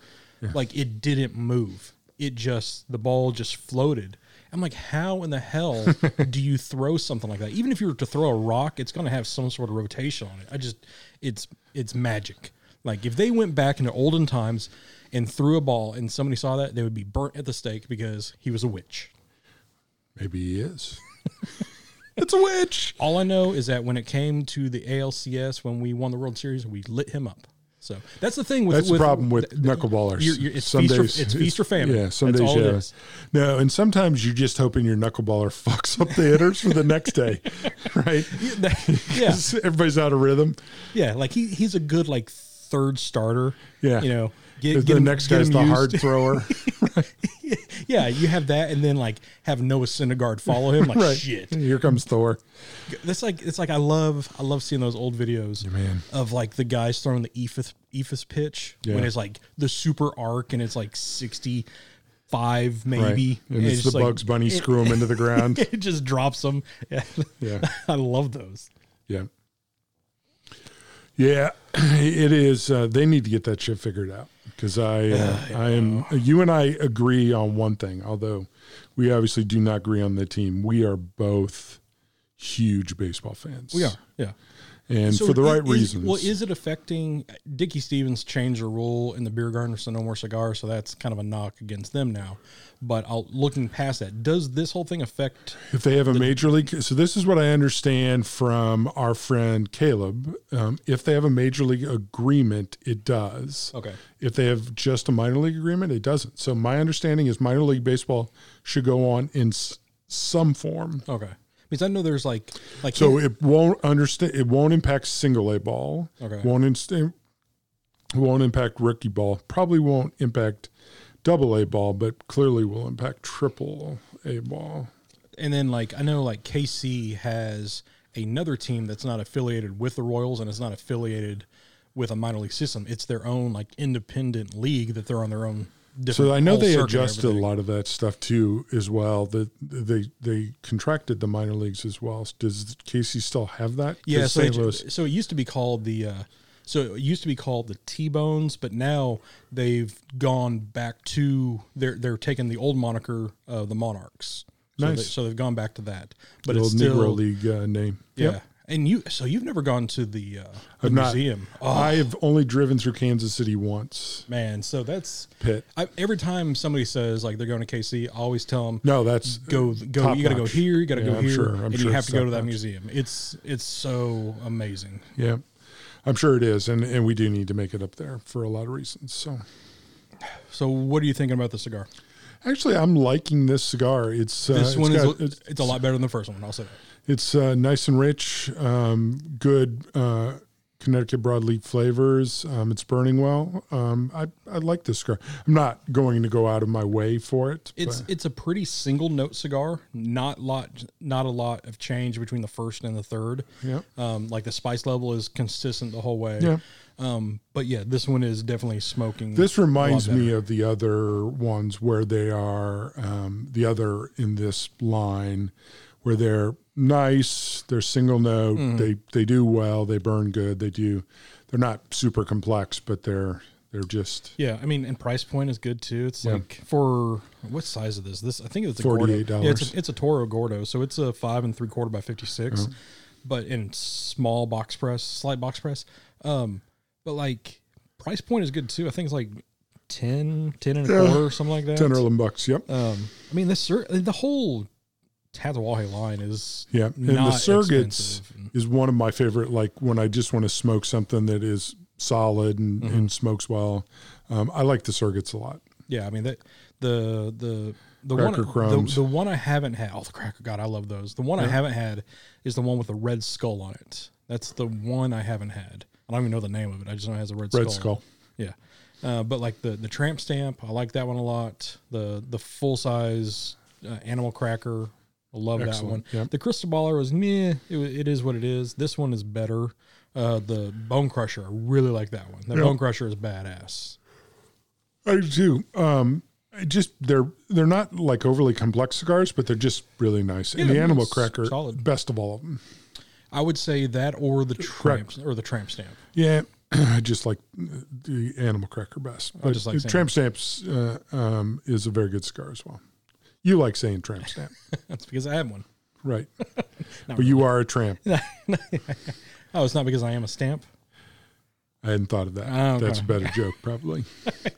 [SPEAKER 1] like it didn't move. It just the ball just floated. I'm like, how in the hell do you throw something like that? Even if you were to throw a rock, it's going to have some sort of rotation on it. I just it's it's magic. Like if they went back into olden times and threw a ball and somebody saw that, they would be burnt at the stake because he was a witch.
[SPEAKER 2] Maybe he is. it's a witch.
[SPEAKER 1] All I know is that when it came to the ALCS, when we won the World Series, we lit him up. So that's the thing with
[SPEAKER 2] That's
[SPEAKER 1] with,
[SPEAKER 2] the problem with
[SPEAKER 1] th- th-
[SPEAKER 2] knuckleballers.
[SPEAKER 1] you're- you're- it's
[SPEAKER 2] some
[SPEAKER 1] feast or-
[SPEAKER 2] days
[SPEAKER 1] it's feast or famine.
[SPEAKER 2] Yeah, some
[SPEAKER 1] That's
[SPEAKER 2] days
[SPEAKER 1] all it
[SPEAKER 2] yeah.
[SPEAKER 1] is.
[SPEAKER 2] No, and sometimes you're just hoping your knuckleballer fucks up the hitters for the next day, right?
[SPEAKER 1] yeah,
[SPEAKER 2] 'Cause Everybody's out of rhythm.
[SPEAKER 1] yeah. Like he, he's a good like third starter.
[SPEAKER 2] Yeah.
[SPEAKER 1] you know,
[SPEAKER 2] The-
[SPEAKER 1] get,
[SPEAKER 2] the
[SPEAKER 1] get him-
[SPEAKER 2] next
[SPEAKER 1] get
[SPEAKER 2] guy's
[SPEAKER 1] him
[SPEAKER 2] the
[SPEAKER 1] used.
[SPEAKER 2] hard thrower.
[SPEAKER 1] Yeah, you have that, and then like have Noah Syndergaard follow him. Like
[SPEAKER 2] right.
[SPEAKER 1] shit,
[SPEAKER 2] Here comes Thor.
[SPEAKER 1] that's like it's like I love I love seeing those old videos
[SPEAKER 2] man.
[SPEAKER 1] of like the guys throwing the Ephus Ephus pitch when
[SPEAKER 2] Yeah.
[SPEAKER 1] it's like the super arc and it's like sixty five maybe
[SPEAKER 2] Right. And it's,
[SPEAKER 1] just
[SPEAKER 2] the
[SPEAKER 1] like-
[SPEAKER 2] Bugs Bunny screw him into the ground.
[SPEAKER 1] it just drops them. Yeah.
[SPEAKER 2] Yeah.
[SPEAKER 1] I love those.
[SPEAKER 2] Yeah. Yeah, it is. Uh, they need to get that shit figured out because I, uh, I am. You and I agree on one thing, although we obviously do not agree on the team. We are both huge baseball fans.
[SPEAKER 1] yeah.
[SPEAKER 2] and for the
[SPEAKER 1] i-
[SPEAKER 2] right
[SPEAKER 1] is-
[SPEAKER 2] reasons.
[SPEAKER 1] Well, is it affecting Dickie Stevens changed the rule in the beer garden so no more cigars, so that's kind of a knock against them now. But I'll, looking past that, does this whole thing affect?
[SPEAKER 2] if they have a major league so this is what i understand from our friend caleb um, if they have a major league agreement it does
[SPEAKER 1] Okay.
[SPEAKER 2] if they have just a minor league agreement it doesn't so my understanding is minor league baseball should go on in s- some form
[SPEAKER 1] Okay, because I know there's like like
[SPEAKER 2] so it won't understand it won't impact single a ball
[SPEAKER 1] Okay.
[SPEAKER 2] won't inst- won't impact rookie ball probably won't impact double a ball but clearly will impact triple a ball
[SPEAKER 1] and then like I know like KC has another team that's not affiliated with the Royals and it's not affiliated with a minor league system. It's their own like independent league that they're on their own.
[SPEAKER 2] So I know
[SPEAKER 1] whole
[SPEAKER 2] they
[SPEAKER 1] circuit and
[SPEAKER 2] adjusted a
[SPEAKER 1] everything.
[SPEAKER 2] lot of that stuff too, as well. That they they contracted the minor leagues as well. Does Casey still have that? 'Cause
[SPEAKER 1] Yeah, so
[SPEAKER 2] St.
[SPEAKER 1] it,
[SPEAKER 2] Louis.
[SPEAKER 1] so it used to be called the uh, so it used to be called the T Bones, but now they've gone back to they're they're taking the old moniker of the Monarchs. So
[SPEAKER 2] Nice.
[SPEAKER 1] They, so they've gone back to that, but
[SPEAKER 2] the
[SPEAKER 1] it's
[SPEAKER 2] old
[SPEAKER 1] still
[SPEAKER 2] Negro League uh, name.
[SPEAKER 1] yeah.
[SPEAKER 2] Yep.
[SPEAKER 1] And you so you've never gone to the, uh, the
[SPEAKER 2] I've not.
[SPEAKER 1] museum, oh
[SPEAKER 2] I've only driven through Kansas City once.
[SPEAKER 1] man. So that's
[SPEAKER 2] Pitt.
[SPEAKER 1] I, every time somebody says like they're going to KC, I always tell them
[SPEAKER 2] No, that's
[SPEAKER 1] go go.
[SPEAKER 2] Top
[SPEAKER 1] you got to go
[SPEAKER 2] notch.
[SPEAKER 1] here. You got to
[SPEAKER 2] Yeah,
[SPEAKER 1] go
[SPEAKER 2] I'm
[SPEAKER 1] here,
[SPEAKER 2] sure- I'm
[SPEAKER 1] and
[SPEAKER 2] sure
[SPEAKER 1] you have
[SPEAKER 2] it's
[SPEAKER 1] to go to
[SPEAKER 2] top
[SPEAKER 1] that
[SPEAKER 2] notch.
[SPEAKER 1] museum. It's it's so amazing.
[SPEAKER 2] yeah. I'm sure it is, and and we do need to make it up there for a lot of reasons. So.
[SPEAKER 1] So what are you thinking about the cigar?
[SPEAKER 2] Actually, I'm liking this cigar. It's uh,
[SPEAKER 1] This
[SPEAKER 2] it's
[SPEAKER 1] one is
[SPEAKER 2] got-
[SPEAKER 1] a- it's, a lot better than the first one. I'll say that.
[SPEAKER 2] It's uh, nice and rich, um, good uh, Connecticut broadleaf flavors. Um, it's burning well. Um, I, I like this cigar. I'm not going to go out of my way for it.
[SPEAKER 1] It's
[SPEAKER 2] but
[SPEAKER 1] it's a pretty single note cigar. Not lot not a lot of change between the first and the third.
[SPEAKER 2] Yeah.
[SPEAKER 1] Um, like the spice level is consistent the whole way.
[SPEAKER 2] Yeah.
[SPEAKER 1] Um, but yeah, this one is definitely smoking.
[SPEAKER 2] this reminds
[SPEAKER 1] a lot better.
[SPEAKER 2] me of the other ones where they are um, the other in this line, where they're nice. They're single note.
[SPEAKER 1] Mm-hmm.
[SPEAKER 2] They they do well. They burn good. They do. They're not super complex, but they're they're just
[SPEAKER 1] Yeah, I mean, and price point is good too. It's like for what size is this? This I think it's a Gordo.
[SPEAKER 2] $48.
[SPEAKER 1] Yeah, it's a, it's a Toro Gordo, so it's a five and three quarter by fifty
[SPEAKER 2] Uh-huh.
[SPEAKER 1] but in small box press, slight box press. Um, but like price point is good too. I think it's like 10, 10 and a quarter, something like that.
[SPEAKER 2] ten or eleven bucks. Yep.
[SPEAKER 1] Um, I mean, this cer- the whole Tazawahe line is
[SPEAKER 2] Yeah, and
[SPEAKER 1] not
[SPEAKER 2] the circuits
[SPEAKER 1] expensive.
[SPEAKER 2] is one of my favorite. Like when I just want to smoke something that is solid and,
[SPEAKER 1] Mm-hmm.
[SPEAKER 2] and smokes well, um, I like the circuits a lot.
[SPEAKER 1] Yeah, I mean that the the the
[SPEAKER 2] Cracker
[SPEAKER 1] one
[SPEAKER 2] crumbs.
[SPEAKER 1] The, the one I haven't had. Oh, the cracker! God, I love those. The one I haven't had is the one with the red skull on it. That's the one I haven't had. I don't even know the name of it. I just know it has a red skull.
[SPEAKER 2] Red Skull.
[SPEAKER 1] Yeah, uh, but like the the tramp stamp, I like that one a lot. The the full size uh, Animal Cracker. I love that
[SPEAKER 2] Excellent.
[SPEAKER 1] one.
[SPEAKER 2] Yep.
[SPEAKER 1] The Crystal Baller was meh. It, wa- it is what it is. This one is better. Uh, the Bone Crusher, I really like that one. The
[SPEAKER 2] Yeah.
[SPEAKER 1] Bone Crusher is badass.
[SPEAKER 2] I do. Um, I just they're they're not like overly complex cigars, but they're just really nice. and the
[SPEAKER 1] they're
[SPEAKER 2] animal
[SPEAKER 1] s-
[SPEAKER 2] cracker,
[SPEAKER 1] solid.
[SPEAKER 2] best of all of them.
[SPEAKER 1] I would say that or the tramp or the tramp stamp.
[SPEAKER 2] Yeah, I just like the animal cracker best. But
[SPEAKER 1] just like saying-
[SPEAKER 2] tramp stamps uh, um, is a very good cigar as well. You like saying tramp stamp,
[SPEAKER 1] That's because I have one.
[SPEAKER 2] right? but you are a tramp.
[SPEAKER 1] Oh, it's not because I am a stamp.
[SPEAKER 2] I hadn't thought of that.
[SPEAKER 1] Oh, okay.
[SPEAKER 2] That's a better joke, probably.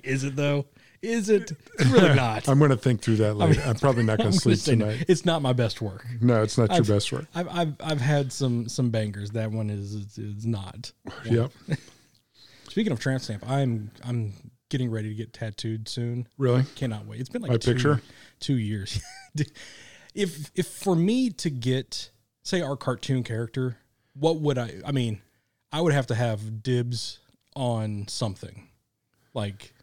[SPEAKER 1] Is it though? Is it? It's really not.
[SPEAKER 2] I'm going to think through that later. I'm probably not going
[SPEAKER 1] I'm
[SPEAKER 2] to
[SPEAKER 1] gonna
[SPEAKER 2] sleep
[SPEAKER 1] say no.
[SPEAKER 2] tonight.
[SPEAKER 1] It's not my best work.
[SPEAKER 2] No, it's not your
[SPEAKER 1] I've-
[SPEAKER 2] best work.
[SPEAKER 1] I've, I've I've had some some bangers. That one is is, is not.
[SPEAKER 2] Yep.
[SPEAKER 1] Speaking of tramp stamp, I'm I'm getting ready to get tattooed soon.
[SPEAKER 2] Really?
[SPEAKER 1] Cannot wait. It's been like
[SPEAKER 2] By
[SPEAKER 1] two,
[SPEAKER 2] picture?
[SPEAKER 1] two years. if if for me to get say our cartoon character, what would I? I mean, I would have to have dibs on something, like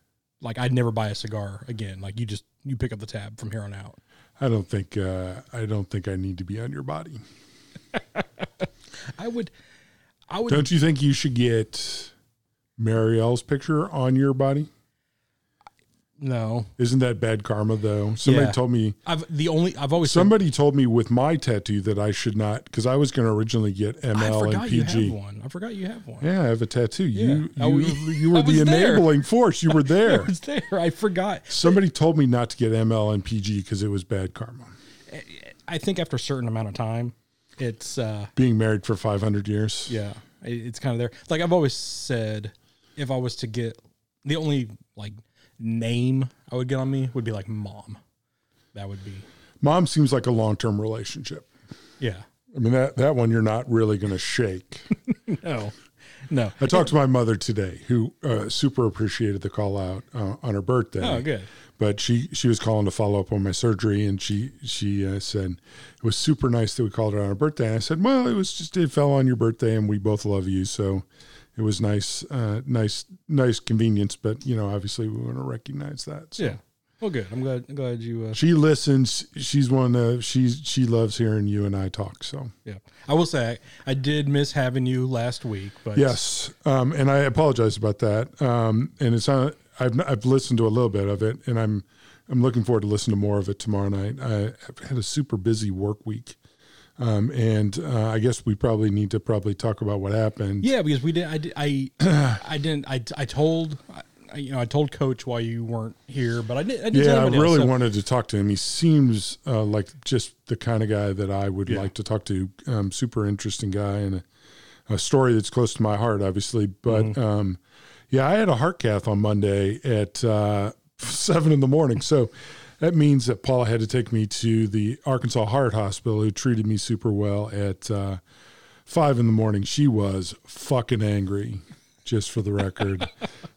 [SPEAKER 1] like I'd never buy a cigar again. Like you just you pick up the tab from here on out.
[SPEAKER 2] I don't think uh, I don't think I need to be on your body.
[SPEAKER 1] I would. I would.
[SPEAKER 2] Don't you think you should get Marielle's picture on your body?
[SPEAKER 1] no.
[SPEAKER 2] Isn't that bad karma though? Somebody
[SPEAKER 1] Yeah.
[SPEAKER 2] told me
[SPEAKER 1] I've the only I've always said-
[SPEAKER 2] somebody told me with my tattoo that I should not because I was going to originally get
[SPEAKER 1] I
[SPEAKER 2] ML
[SPEAKER 1] forgot
[SPEAKER 2] and
[SPEAKER 1] you have
[SPEAKER 2] PG.
[SPEAKER 1] one. I forgot you have one.
[SPEAKER 2] Yeah, I have a tattoo. You
[SPEAKER 1] Yeah. Oh,
[SPEAKER 2] you, you
[SPEAKER 1] I
[SPEAKER 2] were the
[SPEAKER 1] was there.
[SPEAKER 2] enabling force. You were there.
[SPEAKER 1] It was there. I forgot.
[SPEAKER 2] Somebody told me not to get ML and PG because it was bad karma.
[SPEAKER 1] I think after a certain amount of time, it's uh
[SPEAKER 2] Being married for 500 years.
[SPEAKER 1] yeah, it- it's kind of there. Like I've always said, if I was to get the only like name I would get on me would be like mom. That would be
[SPEAKER 2] Mom seems like a long-term relationship.
[SPEAKER 1] yeah.
[SPEAKER 2] I mean that that one you're not really going to shake.
[SPEAKER 1] No, no.
[SPEAKER 2] I talked to my mother today, who uh, super appreciated the call out uh, on her birthday.
[SPEAKER 1] Oh, good.
[SPEAKER 2] But she she was calling to follow up on my surgery, and she she uh, said it was super nice that we called her on her birthday. And I said, well, it was just it fell on your birthday, and we both love you, so it was nice, uh, nice, nice convenience. But you know, obviously, we want to recognize that. So.
[SPEAKER 1] Yeah. Well, good. I'm glad. I'm glad you. Uh,
[SPEAKER 2] She listens. She's one of she's she loves hearing you and I talk. So
[SPEAKER 1] yeah. I will say I, I did miss having you last week, but
[SPEAKER 2] Yes, um, and I apologize about that. Um, and it's not, I've I've listened to a little bit of it, and I'm I'm looking forward to listening to more of it tomorrow night. I, I've had a super busy work week, um, and uh, I guess we probably need to probably talk about what happened.
[SPEAKER 1] Yeah, because we did. I did, I, I didn't. I, I told I, you know I told Coach why you weren't here, but I didn't. I, didn't
[SPEAKER 2] Yeah,
[SPEAKER 1] tell
[SPEAKER 2] I
[SPEAKER 1] anybody else,
[SPEAKER 2] really
[SPEAKER 1] so-
[SPEAKER 2] wanted to talk to him. He seems uh, like just the kind of guy that I would like to talk to. Um, super interesting guy and a, a story that's close to my heart, obviously. But
[SPEAKER 1] Mm-hmm.
[SPEAKER 2] um, yeah, I had a heart cath on Monday at uh, seven in the morning. So that means that Paula had to take me to the Arkansas Heart Hospital, who treated me super well at uh, five in the morning. She was fucking angry, just for the record.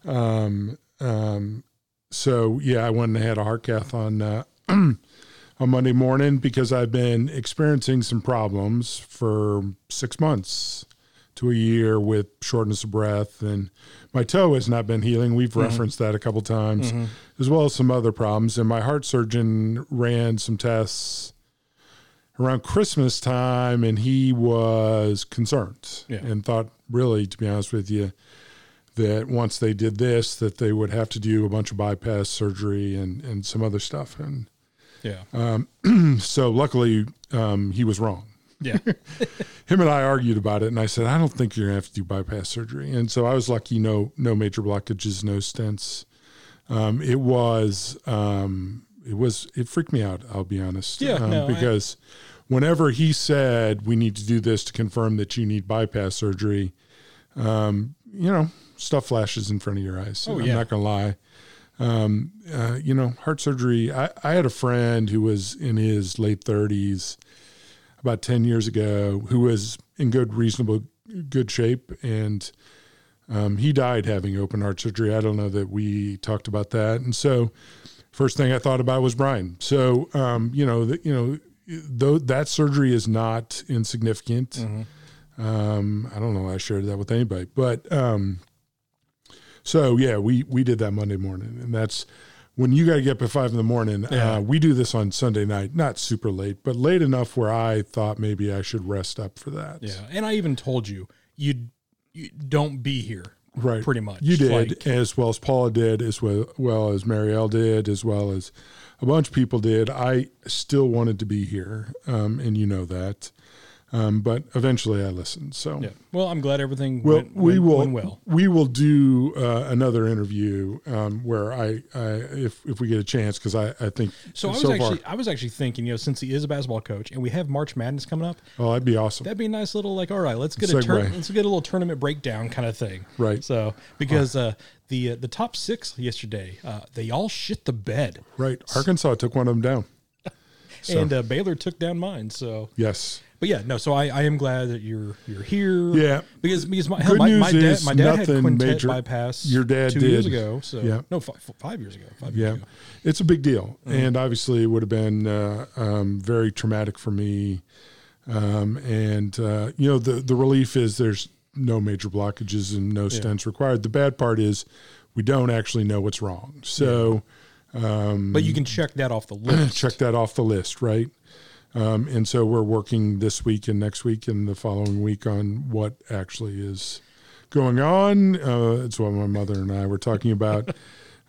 [SPEAKER 2] um, um, so yeah, I went and had a heart cath on uh, on Monday morning because I've been experiencing some problems for six months to a year with shortness of breath, and my toe has not been healing. We've referenced that a couple times, as well as some other problems. And my heart surgeon ran some tests around Christmas time, and he was concerned
[SPEAKER 1] Yeah.
[SPEAKER 2] and thought, really, to be honest with you that once they did this that they would have to do a bunch of bypass surgery and, and some other stuff and
[SPEAKER 1] Yeah,
[SPEAKER 2] so luckily um, he was wrong
[SPEAKER 1] yeah,
[SPEAKER 2] Uh, him and i argued about it and i said i don't think you're going to have to do bypass surgery and so i was lucky no no major blockages no stents um, it was um, it was it freaked me out i'll be honest
[SPEAKER 1] Yeah,
[SPEAKER 2] um,
[SPEAKER 1] no, I-
[SPEAKER 2] because whenever he said we need to do this to confirm that you need bypass surgery um, you know stuff flashes in front of your eyes
[SPEAKER 1] Oh,
[SPEAKER 2] i'm
[SPEAKER 1] yeah.
[SPEAKER 2] not going to lie um, uh, you know heart surgery I, I had a friend who was in his late 30s about 10 years ago who was in good reasonable good shape and um, he died having open heart surgery. I don't know that we talked about that. And so, first thing I thought about was Brian. So, um, you know, the, you know, though that surgery is not insignificant. Um, I don't know. why I shared that with anybody, but um, so yeah, we we did that Monday morning, and that's when you got to get up at five in the morning,
[SPEAKER 1] Yeah.
[SPEAKER 2] uh, we do this on Sunday night, not super late, but late enough where I thought maybe I should rest up for that.
[SPEAKER 1] Yeah, and I even told you you, you don't be here.
[SPEAKER 2] Right.
[SPEAKER 1] pretty much.
[SPEAKER 2] You did,
[SPEAKER 1] Like-
[SPEAKER 2] as well as Paula did, as well, well as Marielle did, as well as a bunch of people did. I still wanted to be here, um, and you know that. Um, but eventually I listened. So.
[SPEAKER 1] Yeah. Well, I'm glad everything
[SPEAKER 2] Well,
[SPEAKER 1] went,
[SPEAKER 2] we
[SPEAKER 1] went-
[SPEAKER 2] will
[SPEAKER 1] went well.
[SPEAKER 2] we will do uh, another interview um, where I, I if if we get a chance because I, I think
[SPEAKER 1] So I was actually I was actually thinking, you know, since he is a basketball coach and we have March Madness coming up,
[SPEAKER 2] oh that'd be awesome
[SPEAKER 1] that'd be a nice little like, all right, let's get a
[SPEAKER 2] Segue.
[SPEAKER 1] tur- let's get a little tournament breakdown kind of thing.
[SPEAKER 2] Right.
[SPEAKER 1] So because uh, the uh, the top six yesterday, uh, they all shit the bed,
[SPEAKER 2] right Arkansas took one of them down So-
[SPEAKER 1] and uh, Baylor took down mine. So,
[SPEAKER 2] yes
[SPEAKER 1] but yeah, no. So I, I am glad that you're you're here.
[SPEAKER 2] Yeah.
[SPEAKER 1] Because because my hell,
[SPEAKER 2] Good
[SPEAKER 1] my, my
[SPEAKER 2] news
[SPEAKER 1] dad
[SPEAKER 2] is
[SPEAKER 1] my dad had
[SPEAKER 2] nothing
[SPEAKER 1] quintet
[SPEAKER 2] major-
[SPEAKER 1] bypass.
[SPEAKER 2] your dad
[SPEAKER 1] two years
[SPEAKER 2] did.
[SPEAKER 1] ago. So
[SPEAKER 2] Yeah.
[SPEAKER 1] no, five, five years ago. Five years
[SPEAKER 2] yeah
[SPEAKER 1] ago.
[SPEAKER 2] it's a big deal and obviously it would have been uh, um, very traumatic for me um, and uh, you know the the relief is there's no major blockages and no stents required the bad part is we don't actually know what's wrong so.
[SPEAKER 1] But you can check that off the list.
[SPEAKER 2] check that off the list, right? Um, and so we're working this week and next week and the following week on what actually is going on. Uh, it's what my mother and I were talking about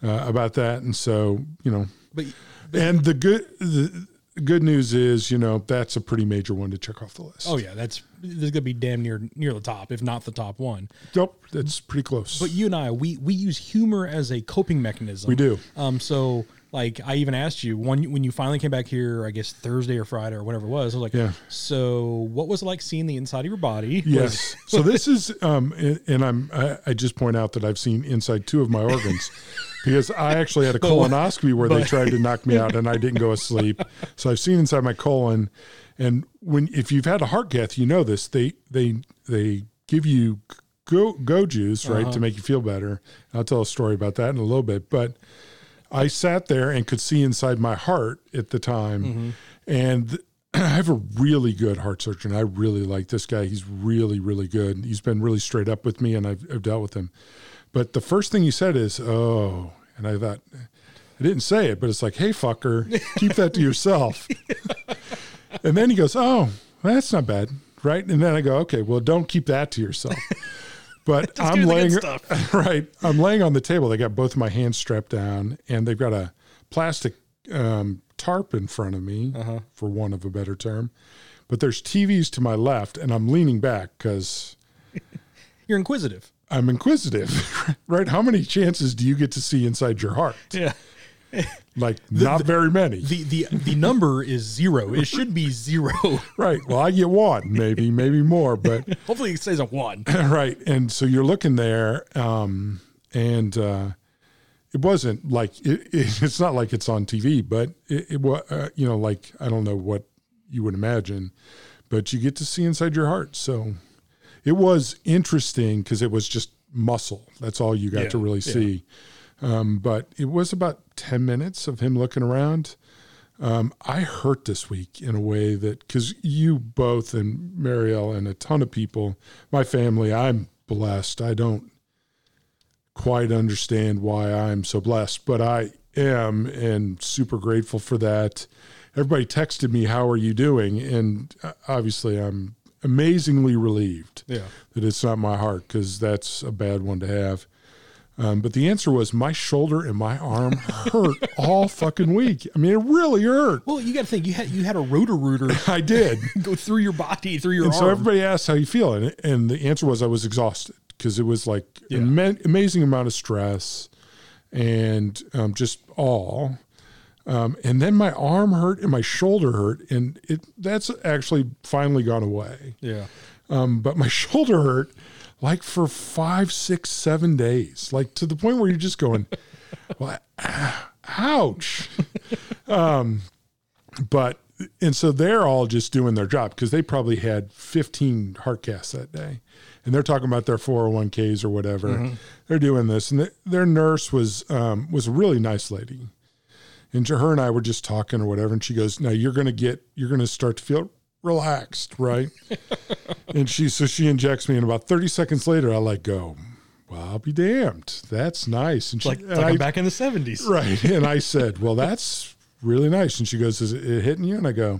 [SPEAKER 2] uh, about that, and so you know,
[SPEAKER 1] But
[SPEAKER 2] and the good the good news is you know that's a pretty major one to check off the list.
[SPEAKER 1] Oh yeah, that's this is gonna be damn near near the top, if not the top one.
[SPEAKER 2] nope, that's pretty close.
[SPEAKER 1] But you and I, we we use humor as a coping mechanism.
[SPEAKER 2] We do.
[SPEAKER 1] Um, so like I even asked you when when you finally came back here, I guess Thursday or Friday or whatever it was. I was like,
[SPEAKER 2] Yeah.
[SPEAKER 1] So what was it like seeing the inside of your body?
[SPEAKER 2] Yes. so this is, um, and, and I'm, I, I just point out that I've seen inside two of my organs because I actually had a colonoscopy where they tried to knock me out and I didn't go asleep. So I've seen inside my colon. And when, if you've had a heart cath, you know this, they, they, they give you go, go juice, right.
[SPEAKER 1] Uh-huh.
[SPEAKER 2] To make you feel better. I'll tell a story about that in a little bit, but I sat there and could see inside my heart at the time. And I have a really good heart surgeon. I really like this guy. He's really, really good. He's been really straight up with me and I've, I've dealt with him. But the first thing he said is, Oh, and I thought, I didn't say it, but it's like, Hey, fucker, keep that to yourself. and then he goes, Oh, that's not bad. Right. And then I go, Okay, well, don't keep that to yourself. But
[SPEAKER 1] give
[SPEAKER 2] I'm
[SPEAKER 1] me the good
[SPEAKER 2] laying,
[SPEAKER 1] stuff.
[SPEAKER 2] right. I'm laying on the table. They got both of my hands strapped down, and they've got a plastic um, tarp in front of me,
[SPEAKER 1] Uh-huh.
[SPEAKER 2] for want of a better term. But there's TVs to my left, and I'm leaning back because
[SPEAKER 1] You're inquisitive.
[SPEAKER 2] I'm inquisitive, right? How many chances do you get to see inside your heart?
[SPEAKER 1] Yeah.
[SPEAKER 2] Like, not very many.
[SPEAKER 1] The the the number is zero. It should be zero.
[SPEAKER 2] right. Well, I get one, maybe, maybe more, but
[SPEAKER 1] Hopefully it says a one.
[SPEAKER 2] right and so you're looking there um and uh it wasn't like it, it, it's not like it's on tv but it, it was uh, you know like i don't know what you would imagine but you get to see inside your heart so it was interesting because it was just muscle that's all you got
[SPEAKER 1] Yeah,
[SPEAKER 2] to really
[SPEAKER 1] yeah.
[SPEAKER 2] see um but it was about 10 minutes of him looking around I hurt this week in a way that because you both and Marielle and a ton of people, my family, I'm blessed. I don't quite understand why I'm so blessed, but I am and super grateful for that. Everybody texted me, "How are you doing?" And uh, obviously, I'm amazingly relieved
[SPEAKER 1] Yeah.
[SPEAKER 2] that it's not my heart because that's a bad one to have. Um, but the answer was my shoulder and my arm hurt all fucking week. I mean, it really hurt.
[SPEAKER 1] Well, you got to think you had you had a rotor rooter
[SPEAKER 2] I did.
[SPEAKER 1] go through your body, through your
[SPEAKER 2] and
[SPEAKER 1] arm.
[SPEAKER 2] so everybody asked how you feel, and, and the answer was I was exhausted because it was like an ama- amazing amount of stress and um, just all. Um, and then my arm hurt and my shoulder hurt, and it that's actually finally gone away.
[SPEAKER 1] yeah.
[SPEAKER 2] Um, but my shoulder hurt like for five, six, seven days, like to the point where you're just going, well, ah, ouch. um, but, and so they're all just doing their job because they probably had 15 heart casts that day. And they're talking about their 401ks or whatever.
[SPEAKER 1] Mm-hmm.
[SPEAKER 2] They're doing this. And th- their nurse was, um, was a really nice lady. And her and I were just talking or whatever. And she goes, now you're going to get, you're going to start to feel relaxed, right? And she, so she injects me, and about 30 seconds later, I let go. Well, I'll be damned. That's nice. And she,
[SPEAKER 1] Like,
[SPEAKER 2] and
[SPEAKER 1] like I'm
[SPEAKER 2] I-
[SPEAKER 1] back in the 70s.
[SPEAKER 2] Right. And I said, Well, that's really nice. And she goes, Is it hitting you? And I go,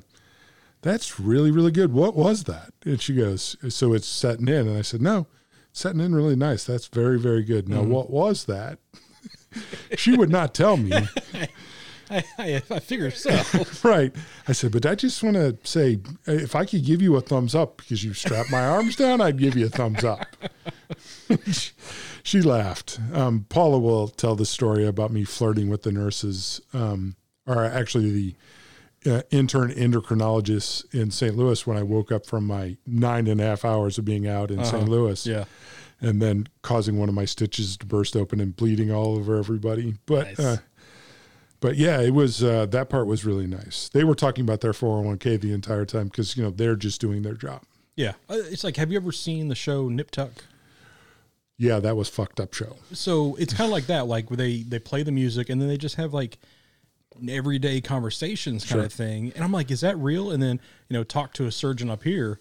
[SPEAKER 2] That's really, really good. What was that? And she goes, So it's setting in. And I said, No, it's setting in really nice. That's very, very good. Now, what was that? she would not tell me.
[SPEAKER 1] I, I, I figure so.
[SPEAKER 2] right. I said, But I just want to say, uh, if I could give you a thumbs up because you strapped my arms down, I'd give you a thumbs up. she laughed. Um, Paula will tell the story about me flirting with the nurses, um, or actually the uh, intern endocrinologists in St. Louis when I woke up from my nine and a half hours of being out in St. Louis
[SPEAKER 1] yeah.
[SPEAKER 2] and then causing one of my stitches to burst open and bleeding all over everybody. But
[SPEAKER 1] Nice.
[SPEAKER 2] uh, but yeah, it was uh, that part was really nice. They were talking about their 401k the entire time because you know they're just doing their job.
[SPEAKER 1] Yeah. Uh, It's like, have you ever seen the show Nip Tuck?
[SPEAKER 2] Yeah, that was fucked up show.
[SPEAKER 1] So it's kind of like that, like where they, they play the music and then they just have like everyday conversations kind
[SPEAKER 2] Sure.
[SPEAKER 1] of thing. And I'm like, is that real? And then, you know, talk to a surgeon up here.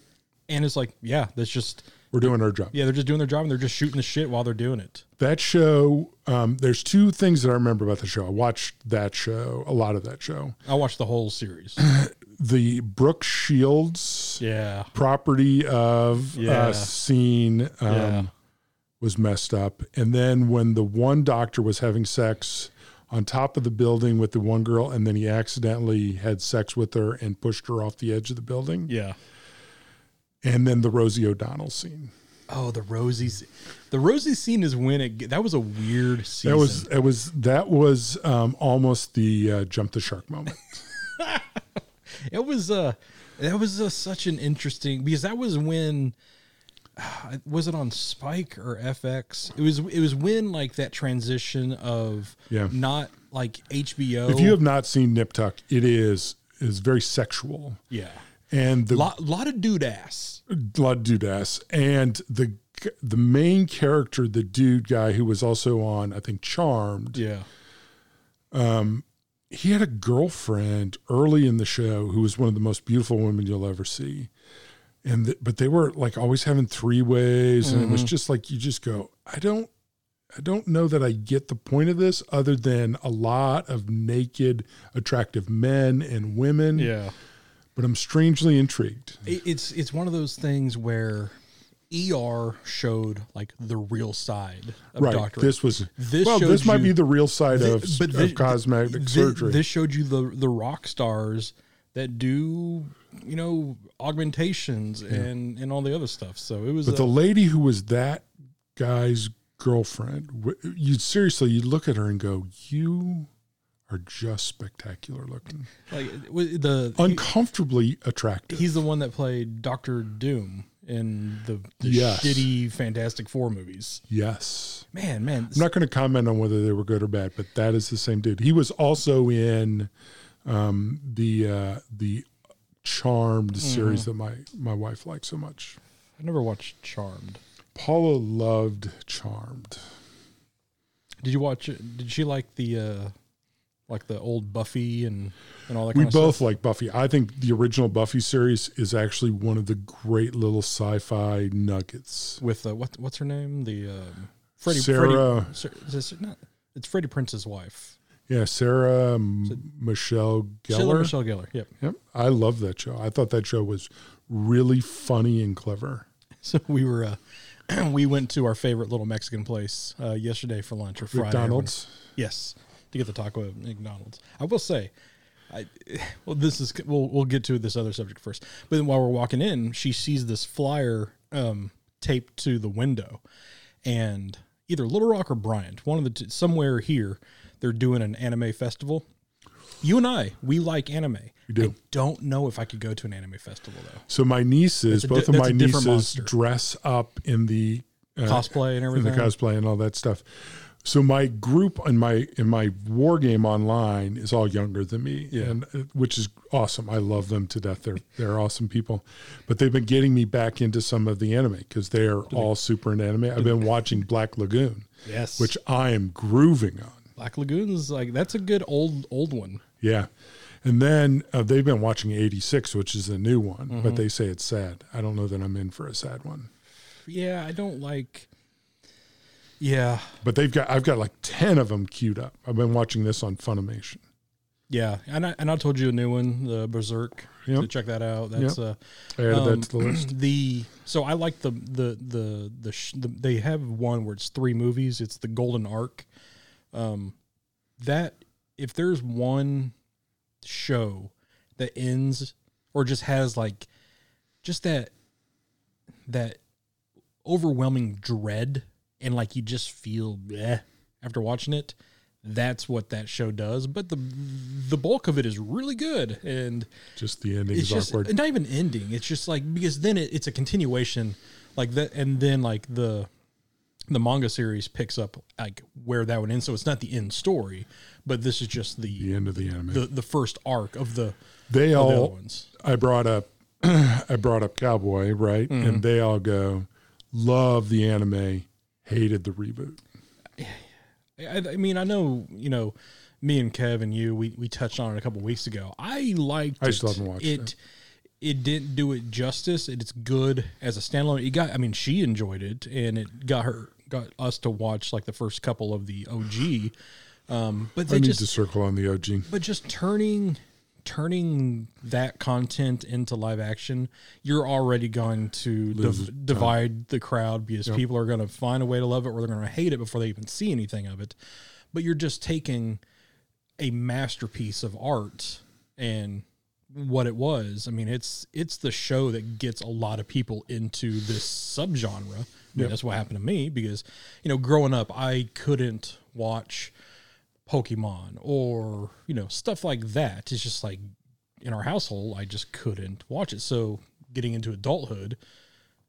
[SPEAKER 1] And it's like, yeah, that's just,
[SPEAKER 2] We're doing our job.
[SPEAKER 1] yeah, they're just doing their job and they're just shooting the shit while they're doing it.
[SPEAKER 2] That show. Um, there's two things that I remember about the show. I watched that show, a lot of that show.
[SPEAKER 1] I watched the whole series.
[SPEAKER 2] The Brooke Shields
[SPEAKER 1] yeah.
[SPEAKER 2] property of
[SPEAKER 1] Yeah.
[SPEAKER 2] uh, scene um,
[SPEAKER 1] Yeah.
[SPEAKER 2] was messed up. And then when the one doctor was having sex on top of the building with the one girl, and then he accidentally had sex with her and pushed her off the edge of the building,
[SPEAKER 1] Yeah.
[SPEAKER 2] and then the Rosie O'Donnell scene.
[SPEAKER 1] Oh, the Rosie, sc- the Rosie scene is when it. g- That was a weird season.
[SPEAKER 2] That was it was that was um, almost the uh, jump the shark moment.
[SPEAKER 1] It was uh that was uh, such an interesting because that was when uh, was it on Spike or FX? It was it was when like that transition of
[SPEAKER 2] Yeah.
[SPEAKER 1] not like HBO.
[SPEAKER 2] If you have not seen Nip Tuck, it is is very sexual,
[SPEAKER 1] yeah,
[SPEAKER 2] and the
[SPEAKER 1] lot lot of dude ass.
[SPEAKER 2] Blood Dudas, and the the main character, the dude guy who was also on, I think, Charmed.
[SPEAKER 1] Yeah,
[SPEAKER 2] He had a girlfriend early in the show who was one of the most beautiful women you'll ever see, and th- but they were like always having three ways, and it was just like you just go, I don't. I don't know that I get the point of this other than a lot of naked, attractive men and women,
[SPEAKER 1] yeah.
[SPEAKER 2] but I'm strangely intrigued.
[SPEAKER 1] It, it's it's one of those things where ER showed like the real side of
[SPEAKER 2] Right.
[SPEAKER 1] Doctor.
[SPEAKER 2] This was,
[SPEAKER 1] This
[SPEAKER 2] well,
[SPEAKER 1] showed
[SPEAKER 2] this might
[SPEAKER 1] you-
[SPEAKER 2] be the real side
[SPEAKER 1] Thi-
[SPEAKER 2] of,
[SPEAKER 1] but
[SPEAKER 2] of
[SPEAKER 1] thi-
[SPEAKER 2] cosmetic
[SPEAKER 1] thi-
[SPEAKER 2] surgery.
[SPEAKER 1] This showed you the the rock stars that do you know augmentations and and all the other stuff. So it was
[SPEAKER 2] But
[SPEAKER 1] a-
[SPEAKER 2] the lady who was that guy's girlfriend, w- you'd seriously, you'd look at her and go, You are just spectacular looking,
[SPEAKER 1] like it was the he-
[SPEAKER 2] uncomfortably attractive.
[SPEAKER 1] he's the one that played Doctor Doom in the, the
[SPEAKER 2] Yes.
[SPEAKER 1] shitty Fantastic Four movies.
[SPEAKER 2] yes.
[SPEAKER 1] Man, man,
[SPEAKER 2] I'm not going to comment on whether they were good or bad, but that is the same dude. He was also in um, the uh, the Charmed
[SPEAKER 1] Mm-hmm.
[SPEAKER 2] series that my, my wife liked so much.
[SPEAKER 1] I never watched Charmed.
[SPEAKER 2] Paula loved Charmed.
[SPEAKER 1] Did you watch? it? Did she like the uh like the old Buffy and and all that?
[SPEAKER 2] We
[SPEAKER 1] kind of
[SPEAKER 2] both
[SPEAKER 1] stuff?
[SPEAKER 2] like Buffy. I think the original Buffy series is actually one of the great little sci-fi nuggets.
[SPEAKER 1] with uh, what what's her name? The um, Freddie
[SPEAKER 2] Sarah,
[SPEAKER 1] Freddie, Sar- is it not, it's Freddie Prince's wife.
[SPEAKER 2] yeah, Sarah M- Michelle
[SPEAKER 1] Sarah
[SPEAKER 2] Gellar.
[SPEAKER 1] Michelle Gellar. Yep.
[SPEAKER 2] Yep, I love that show. I thought that show was really funny and clever.
[SPEAKER 1] So we were, uh, we went to our favorite little Mexican place uh, yesterday for lunch or Friday. or
[SPEAKER 2] McDonald's.
[SPEAKER 1] whatever. Yes, to get the taco at McDonald's. I will say, I well, this is we'll we'll get to this other subject first. But then while we're walking in, she sees this flyer um, taped to the window, and either Little Rock or Bryant, one of the two, somewhere here, they're doing an anime festival. You and I, we like anime. We
[SPEAKER 2] do.
[SPEAKER 1] I don't know if I could go to an anime festival though.
[SPEAKER 2] So my nieces,
[SPEAKER 1] a di-
[SPEAKER 2] both of
[SPEAKER 1] that's
[SPEAKER 2] my
[SPEAKER 1] a different
[SPEAKER 2] nieces,
[SPEAKER 1] monster.
[SPEAKER 2] dress up in the uh,
[SPEAKER 1] Cosplay and everything.
[SPEAKER 2] and the cosplay and all that stuff. So my group and my in my war game online is all younger than me, and uh, which is awesome. I love them to death. They're they're awesome people, but they've been getting me back into some of the anime because they are all super into anime. I've been watching Black Lagoon,
[SPEAKER 1] Yes.
[SPEAKER 2] which I am grooving on.
[SPEAKER 1] Black Lagoon's like that's a good old old one.
[SPEAKER 2] Yeah. And then uh, they've been watching 86, which is the new one, but they say it's sad. I don't know that I'm in for a sad one.
[SPEAKER 1] Yeah, I don't like Yeah.
[SPEAKER 2] But they've got I've got like ten of them queued up. I've been watching this on Funimation.
[SPEAKER 1] Yeah. And I, and I told you a new one, the Berserk.
[SPEAKER 2] Yep.
[SPEAKER 1] So check that out. That's uh,
[SPEAKER 2] I added
[SPEAKER 1] Um,
[SPEAKER 2] that to the list.
[SPEAKER 1] the so I like the the the the, sh- the they have one where it's three movies. It's the Golden Arc. Um, that if there's one show that ends or just has like just that that overwhelming dread and like you just feel bleh after watching it. That's what that show does, but the the bulk of it is really good and
[SPEAKER 2] Just the ending
[SPEAKER 1] it's
[SPEAKER 2] is
[SPEAKER 1] just
[SPEAKER 2] awkward.
[SPEAKER 1] not even ending. It's just like because then it, it's a continuation, like that, and then like the the manga series picks up like where that would end. So it's not the end story, but this is just the
[SPEAKER 2] the end of the anime.
[SPEAKER 1] the, the first arc of the
[SPEAKER 2] they
[SPEAKER 1] of the other
[SPEAKER 2] all
[SPEAKER 1] ones.
[SPEAKER 2] I brought up I brought up Cowboy, right?
[SPEAKER 1] Mm-hmm.
[SPEAKER 2] And they all go, love the anime, hated the reboot.
[SPEAKER 1] I, I mean, I know you know me and Kev and you. We we touched on it a couple weeks ago. I liked.
[SPEAKER 2] I
[SPEAKER 1] it.
[SPEAKER 2] still haven't watched
[SPEAKER 1] it. It didn't do it justice. It's good as a standalone. It got. I mean, she enjoyed it, and it got her got us to watch like the first couple of the OG. Um, but
[SPEAKER 2] I
[SPEAKER 1] they
[SPEAKER 2] need
[SPEAKER 1] just
[SPEAKER 2] to circle on the OG.
[SPEAKER 1] but just turning turning that content into live action, you're already going to div- divide the crowd because people are going to find a way to love it or they're going to hate it before they even see anything of it. But you're just taking a masterpiece of art and what it was. I mean, it's it's the show that gets a lot of people into this subgenre. I mean, that's what happened to me because you know, growing up, I couldn't watch Pokemon or you know stuff like that. It's just like in our household, I just couldn't watch it. So getting into adulthood,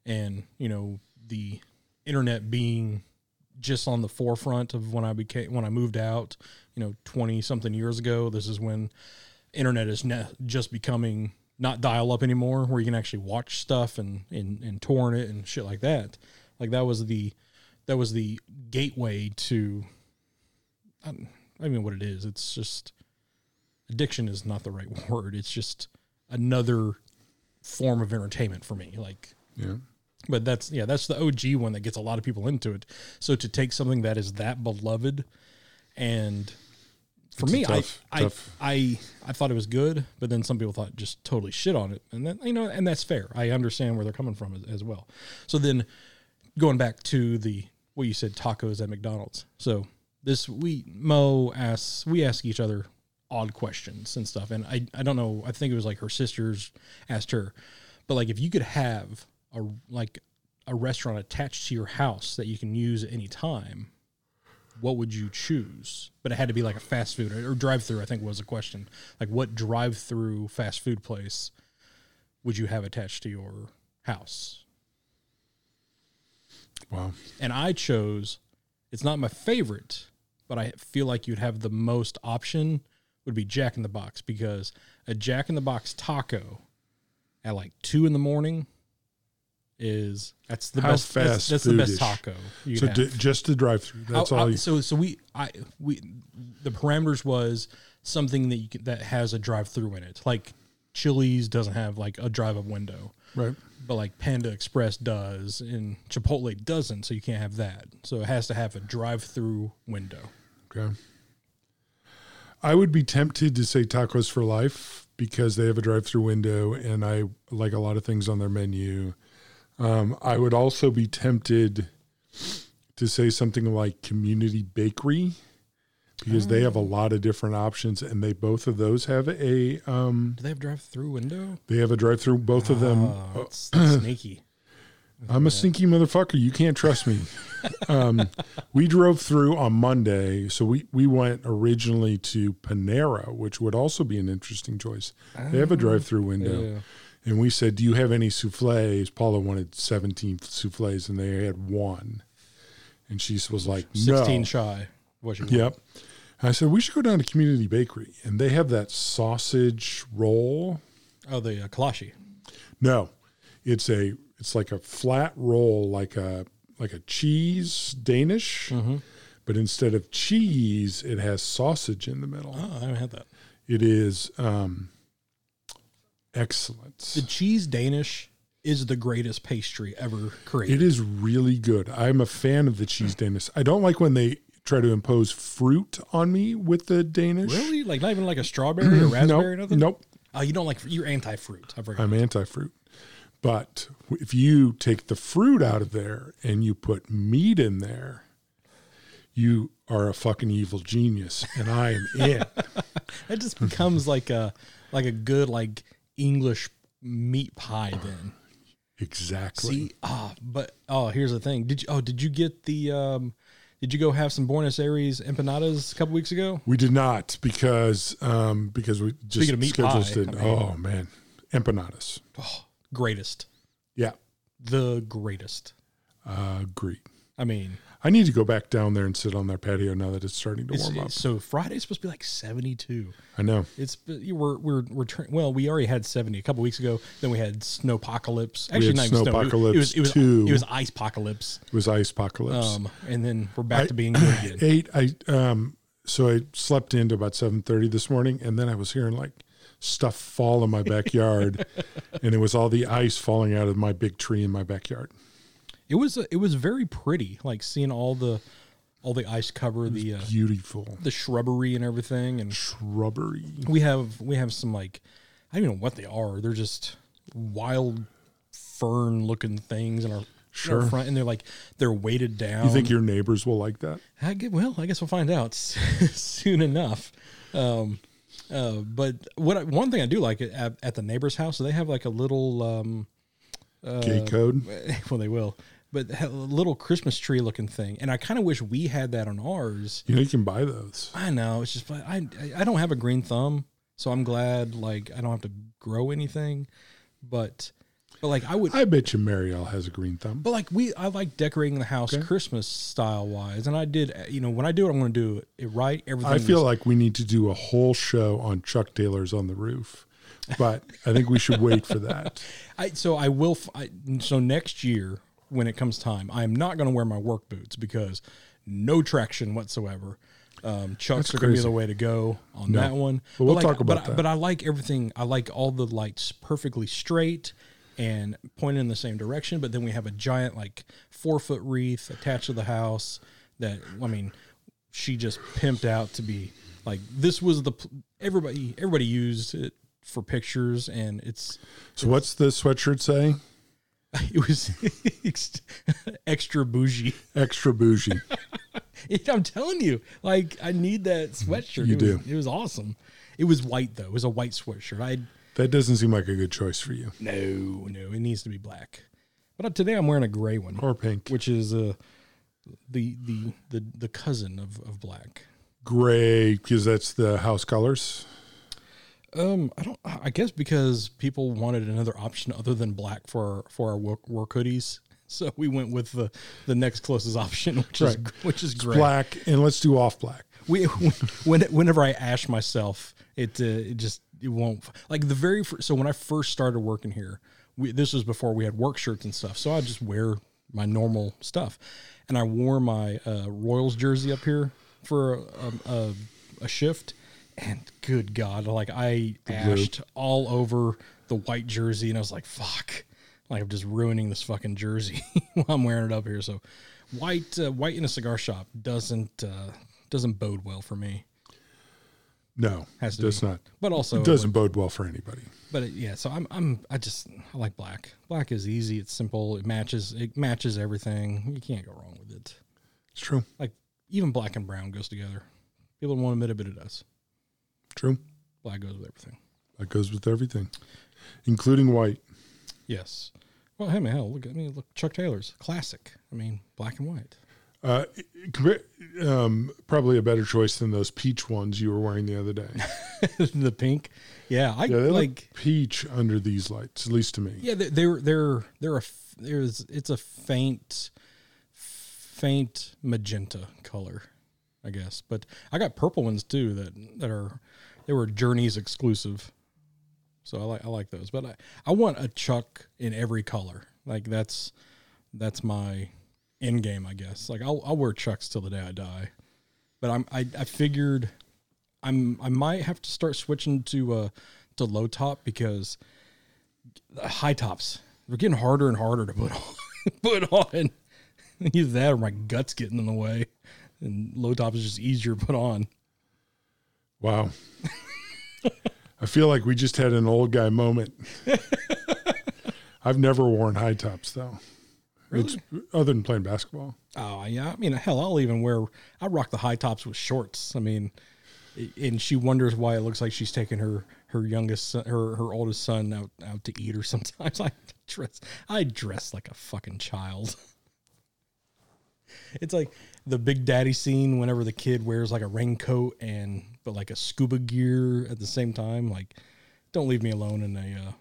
[SPEAKER 1] and you know the internet being just on the forefront of when I became when I moved out, you know, twenty something years ago. This is when internet is ne- just becoming not dial up anymore, where you can actually watch stuff and and and torrent it and shit like that. Like that was the that was the gateway to I don't I don't even know what it is. It's just addiction is not the right word. It's just another form of entertainment for me. Like
[SPEAKER 2] Yeah.
[SPEAKER 1] but that's yeah, that's the OG one that gets a lot of people into it. So to take something that is that beloved, and for
[SPEAKER 2] It's a
[SPEAKER 1] me,
[SPEAKER 2] tough-
[SPEAKER 1] I
[SPEAKER 2] tough-
[SPEAKER 1] I I I thought it was good, but then some people thought just totally shit on it, and then you know, and that's fair. I understand where they're coming from as, as well. So then going back to the what you said, tacos at McDonald's. So this we Mo asks we ask each other odd questions and stuff, and I I don't know. I think it was like her sisters asked her, but like if you could have a like a restaurant attached to your house that you can use at any time, what would you choose? But it had to be like a fast food or, drive through. I think was the question. Like what drive through fast food place would you have attached to your house?
[SPEAKER 2] Wow.
[SPEAKER 1] and I chose. It's not my favorite, but I feel like you'd have the most option would be Jack in the Box because a Jack in the Box taco at like two in the morning is that's the
[SPEAKER 2] How
[SPEAKER 1] best. That's,
[SPEAKER 2] fast
[SPEAKER 1] that's the best
[SPEAKER 2] food-ish.
[SPEAKER 1] taco. You
[SPEAKER 2] So
[SPEAKER 1] have.
[SPEAKER 2] d- just the drive through. That's
[SPEAKER 1] I- I-
[SPEAKER 2] all you
[SPEAKER 1] so so we I we the parameters was something that you could, that has a drive through in it. Like Chili's doesn't have like a drive up window
[SPEAKER 2] right.
[SPEAKER 1] but like Panda Express does and Chipotle doesn't, so you can't have that. So it has to have a drive-through window.
[SPEAKER 2] Okay. I would be tempted to say tacos for life because they have a drive-through window and I like a lot of things on their menu. Um, I would also be tempted to say something like community bakery because they have a lot of different options and they both of those have a um,
[SPEAKER 1] Do they have drive-through window?
[SPEAKER 2] they have a drive-through both of them
[SPEAKER 1] Oh, that's, that's sneaky.
[SPEAKER 2] I'm a stinky motherfucker. You can't trust me. um, we drove through on Monday, so we we went originally to Panera, which would also be an interesting choice. They have a drive-through window,
[SPEAKER 1] Ah, Yeah.
[SPEAKER 2] and we said, "Do you have any souffles?" Paula wanted 17 souffles, and they had one, and she was like,
[SPEAKER 1] Sixteen
[SPEAKER 2] "No."
[SPEAKER 1] shy. What you
[SPEAKER 2] Yep. I said we should go down to Community Bakery, and they have that sausage roll.
[SPEAKER 1] Oh, the uh, kolache.
[SPEAKER 2] No, it's a it's like a flat roll, like a like a cheese Danish,
[SPEAKER 1] Mm-hmm.
[SPEAKER 2] but instead of cheese, it has sausage in the middle.
[SPEAKER 1] Oh, I haven't had that.
[SPEAKER 2] It is um,
[SPEAKER 1] The
[SPEAKER 2] excellent.
[SPEAKER 1] cheese Danish is the greatest pastry ever
[SPEAKER 2] It
[SPEAKER 1] created.
[SPEAKER 2] is really good. I'm a fan of the cheese Danish. I don't like when they try to impose fruit on me with the Danish.
[SPEAKER 1] Really? Like not even like a strawberry or raspberry or
[SPEAKER 2] Nope.
[SPEAKER 1] nothing?
[SPEAKER 2] Nope.
[SPEAKER 1] Oh, you don't like you're anti fruit. I forgot.
[SPEAKER 2] I'm anti fruit. But if you take the fruit out of there and you put meat in there, you are a fucking evil genius. And I am in.
[SPEAKER 1] That just becomes like a like a good like English meat pie then.
[SPEAKER 2] Exactly.
[SPEAKER 1] See, ah, but oh, here's the thing. Did you oh did you get the um did you go have some Buenos Aires empanadas a couple weeks ago?
[SPEAKER 2] We did not because um because we just
[SPEAKER 1] Speaking of meat
[SPEAKER 2] schedules
[SPEAKER 1] pie,
[SPEAKER 2] didn't.
[SPEAKER 1] I mean-
[SPEAKER 2] oh man. Empanadas.
[SPEAKER 1] Oh, Greatest.
[SPEAKER 2] Yeah.
[SPEAKER 1] The greatest.
[SPEAKER 2] Uh great.
[SPEAKER 1] I mean,
[SPEAKER 2] I need to go back down there and sit on their patio now that it's starting to
[SPEAKER 1] it's-
[SPEAKER 2] warm up.
[SPEAKER 1] it's- so Friday's supposed to be like 72.
[SPEAKER 2] I know.
[SPEAKER 1] It's you we're we're we're tr- well, we already had 70 a couple weeks ago. Then we had snowpocalypse. Actually,
[SPEAKER 2] had
[SPEAKER 1] not even snow. It,
[SPEAKER 2] snowpocalypse
[SPEAKER 1] was it was
[SPEAKER 2] two.
[SPEAKER 1] it was ice apocalypse.
[SPEAKER 2] It was ice apocalypse.
[SPEAKER 1] Um, and then we're back to being good again.
[SPEAKER 2] Eight. I um. So I slept into about seven thirty this morning, and then I was hearing like stuff fall in my backyard, and it was all the ice falling out of my big tree in my backyard.
[SPEAKER 1] It was uh, it was very pretty, like seeing all the all the ice cover the uh,
[SPEAKER 2] Beautiful
[SPEAKER 1] the shrubbery and everything. And
[SPEAKER 2] shrubbery.
[SPEAKER 1] we have we have some like I don't even know what they are. They're just wild fern looking things in our, in our
[SPEAKER 2] Sure.
[SPEAKER 1] front, and they're like they're weighted down.
[SPEAKER 2] You think your neighbors will like that?
[SPEAKER 1] I gue- well, I guess we'll find out soon enough. Um, uh, but what I, one thing I do like at, at the neighbor's house, so they have like a little um,
[SPEAKER 2] Gay code.
[SPEAKER 1] well, they will, but they have a little Christmas tree looking thing, and I kind of wish we had that on ours.
[SPEAKER 2] You know you can buy those.
[SPEAKER 1] I know it's just, but I I don't have a green thumb, so I'm glad like I don't have to grow anything, but but like I would
[SPEAKER 2] I bet you Marielle has a green thumb.
[SPEAKER 1] But like we, I like decorating the house Christmas style wise, and I did. You know, when I do it, I'm going to do it right. Everything.
[SPEAKER 2] I feel
[SPEAKER 1] is-
[SPEAKER 2] like we need to do a whole show on Chuck Taylor's on the roof, but I think we should wait for that.
[SPEAKER 1] I, so I will. f I so next year, when it comes time, I am not going to wear my work boots because no traction whatsoever. Um, Chucks
[SPEAKER 2] That's
[SPEAKER 1] are going to be
[SPEAKER 2] crazy.
[SPEAKER 1] the way to go on that one.
[SPEAKER 2] But we'll
[SPEAKER 1] like,
[SPEAKER 2] talk about
[SPEAKER 1] but,
[SPEAKER 2] that.
[SPEAKER 1] But I like everything. I like all the lights perfectly straight and pointed in the same direction. But then we have a giant like four foot wreath attached to the house that I mean, she just pimped out to be like this was the pl- everybody everybody used it for pictures and it's
[SPEAKER 2] So what's the sweatshirt say?
[SPEAKER 1] it was ex- extra bougie.
[SPEAKER 2] Extra bougie.
[SPEAKER 1] I'm telling you, like I need that sweatshirt.
[SPEAKER 2] You
[SPEAKER 1] it was,
[SPEAKER 2] do.
[SPEAKER 1] It was awesome. It was white though. It was a white sweatshirt. I
[SPEAKER 2] That doesn't seem like a good choice for you.
[SPEAKER 1] no, no. It needs to be black. But uh, today I'm wearing a gray one,
[SPEAKER 2] Or pink.
[SPEAKER 1] which is uh, the the the the cousin of of black.
[SPEAKER 2] Gray, because that's the house colors.
[SPEAKER 1] Um, I don't. I guess because people wanted another option other than black for for our work, work hoodies, so we went with the the next closest option, which is
[SPEAKER 2] Right.
[SPEAKER 1] which is gray.
[SPEAKER 2] Black, and let's do off black.
[SPEAKER 1] we, when, whenever I ash myself, it uh, it just it won't like the very fir- so when I first started working here, we, this was before we had work shirts and stuff, so I just wear my normal stuff, and I wore my uh, Royals jersey up here for a, um, a, a shift, and good God, like I ashed all over the white jersey, and I was like, fuck. Like I'm just ruining this fucking jersey while I'm wearing it up here. So, white, uh, white in a cigar shop doesn't uh, doesn't bode well for me.
[SPEAKER 2] No,
[SPEAKER 1] Has to
[SPEAKER 2] does
[SPEAKER 1] be. Oh,
[SPEAKER 2] not.
[SPEAKER 1] But also,
[SPEAKER 2] It doesn't bode well for anybody.
[SPEAKER 1] but it, yeah. So I'm, I'm, I just I like black. Black is easy. It's simple. It matches. It matches everything. You can't go wrong with it.
[SPEAKER 2] It's true.
[SPEAKER 1] Like even black and brown goes together. People won't admit it, but it does.
[SPEAKER 2] True.
[SPEAKER 1] Black goes with everything.
[SPEAKER 2] That goes with everything, including white.
[SPEAKER 1] Yes. Well, hey man, hell, look at me. Look, Chuck Taylor's classic. I mean, black and white.
[SPEAKER 2] Uh, compar- um, probably a better choice than those peach ones you were wearing the other day.
[SPEAKER 1] the pink. Yeah, I
[SPEAKER 2] Yeah, they
[SPEAKER 1] like.
[SPEAKER 2] look peach under these lights, at least to me.
[SPEAKER 1] Yeah, they- they're they're they're a f- there's it's a faint, faint magenta color, I guess. But I got purple ones too that that are they were Journeys exclusive, so I like I like those. But I I want a Chuck in every color. Like that's that's my end game, I guess. Like I'll I'll wear Chucks till the day I die. But I'm I, I figured I'm I might have to start switching to uh to low top because high tops They're getting harder and harder to put on. put on. Either that or my guts getting in the way, and low top is just easier to put on.
[SPEAKER 2] Wow. I feel like we just had an old guy moment. I've never worn high tops though. It's other than playing basketball.
[SPEAKER 1] Oh yeah, I mean hell, I'll even wear. I rock the high tops with shorts. I mean, i- and she wonders why it looks like she's taking her her youngest son, her her oldest son out out to eat or sometimes. I dress I dress like a fucking child. It's like the Big Daddy scene whenever the kid wears like a raincoat and but like a scuba gear at the same time. Like, don't leave me alone in a uh,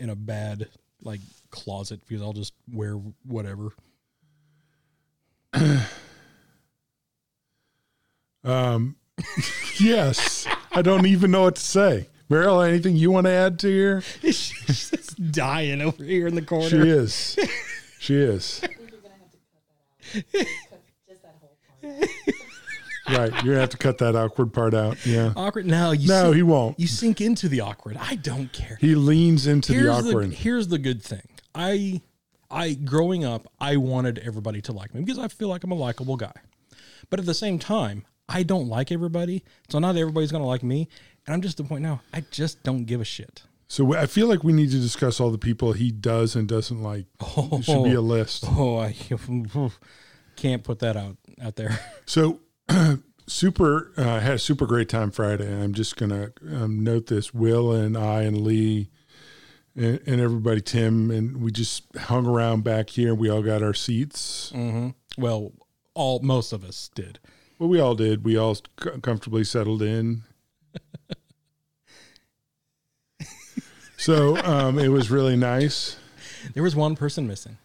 [SPEAKER 1] in a bad like closet because I'll just wear whatever.
[SPEAKER 2] Um, yes. I don't even know what to say. Mariel, anything you want to add to here?
[SPEAKER 1] She's just dying over here in the corner.
[SPEAKER 2] She is. She is.
[SPEAKER 3] think you're gonna have to cut that out. Cut just that whole part.
[SPEAKER 2] Right. You're gonna have to cut that awkward part out. Yeah.
[SPEAKER 1] Awkward. No, you
[SPEAKER 2] No,
[SPEAKER 1] sink,
[SPEAKER 2] he won't.
[SPEAKER 1] you sink into the awkward. I don't care.
[SPEAKER 2] He leans into the
[SPEAKER 1] Here's
[SPEAKER 2] awkward.
[SPEAKER 1] here's the good thing. I I growing up, I wanted everybody to like me because I feel like I'm a likable guy. But at the same time, I don't like everybody, so not everybody's gonna like me. And I'm just at the point now. I just don't give a shit.
[SPEAKER 2] So I feel like we need to discuss all the people he does and doesn't like. It should be a list.
[SPEAKER 1] Oh, I can't put that out out there.
[SPEAKER 2] So, super uh, had a super great time Friday, and I'm just gonna um, note this: Will and I and Lee and, and everybody, Tim, and we just hung around back here, and we all got our seats.
[SPEAKER 1] Well, all most of us did.
[SPEAKER 2] Well, we all did. We all c- comfortably settled in. so um, it was really nice.
[SPEAKER 1] There was one person missing.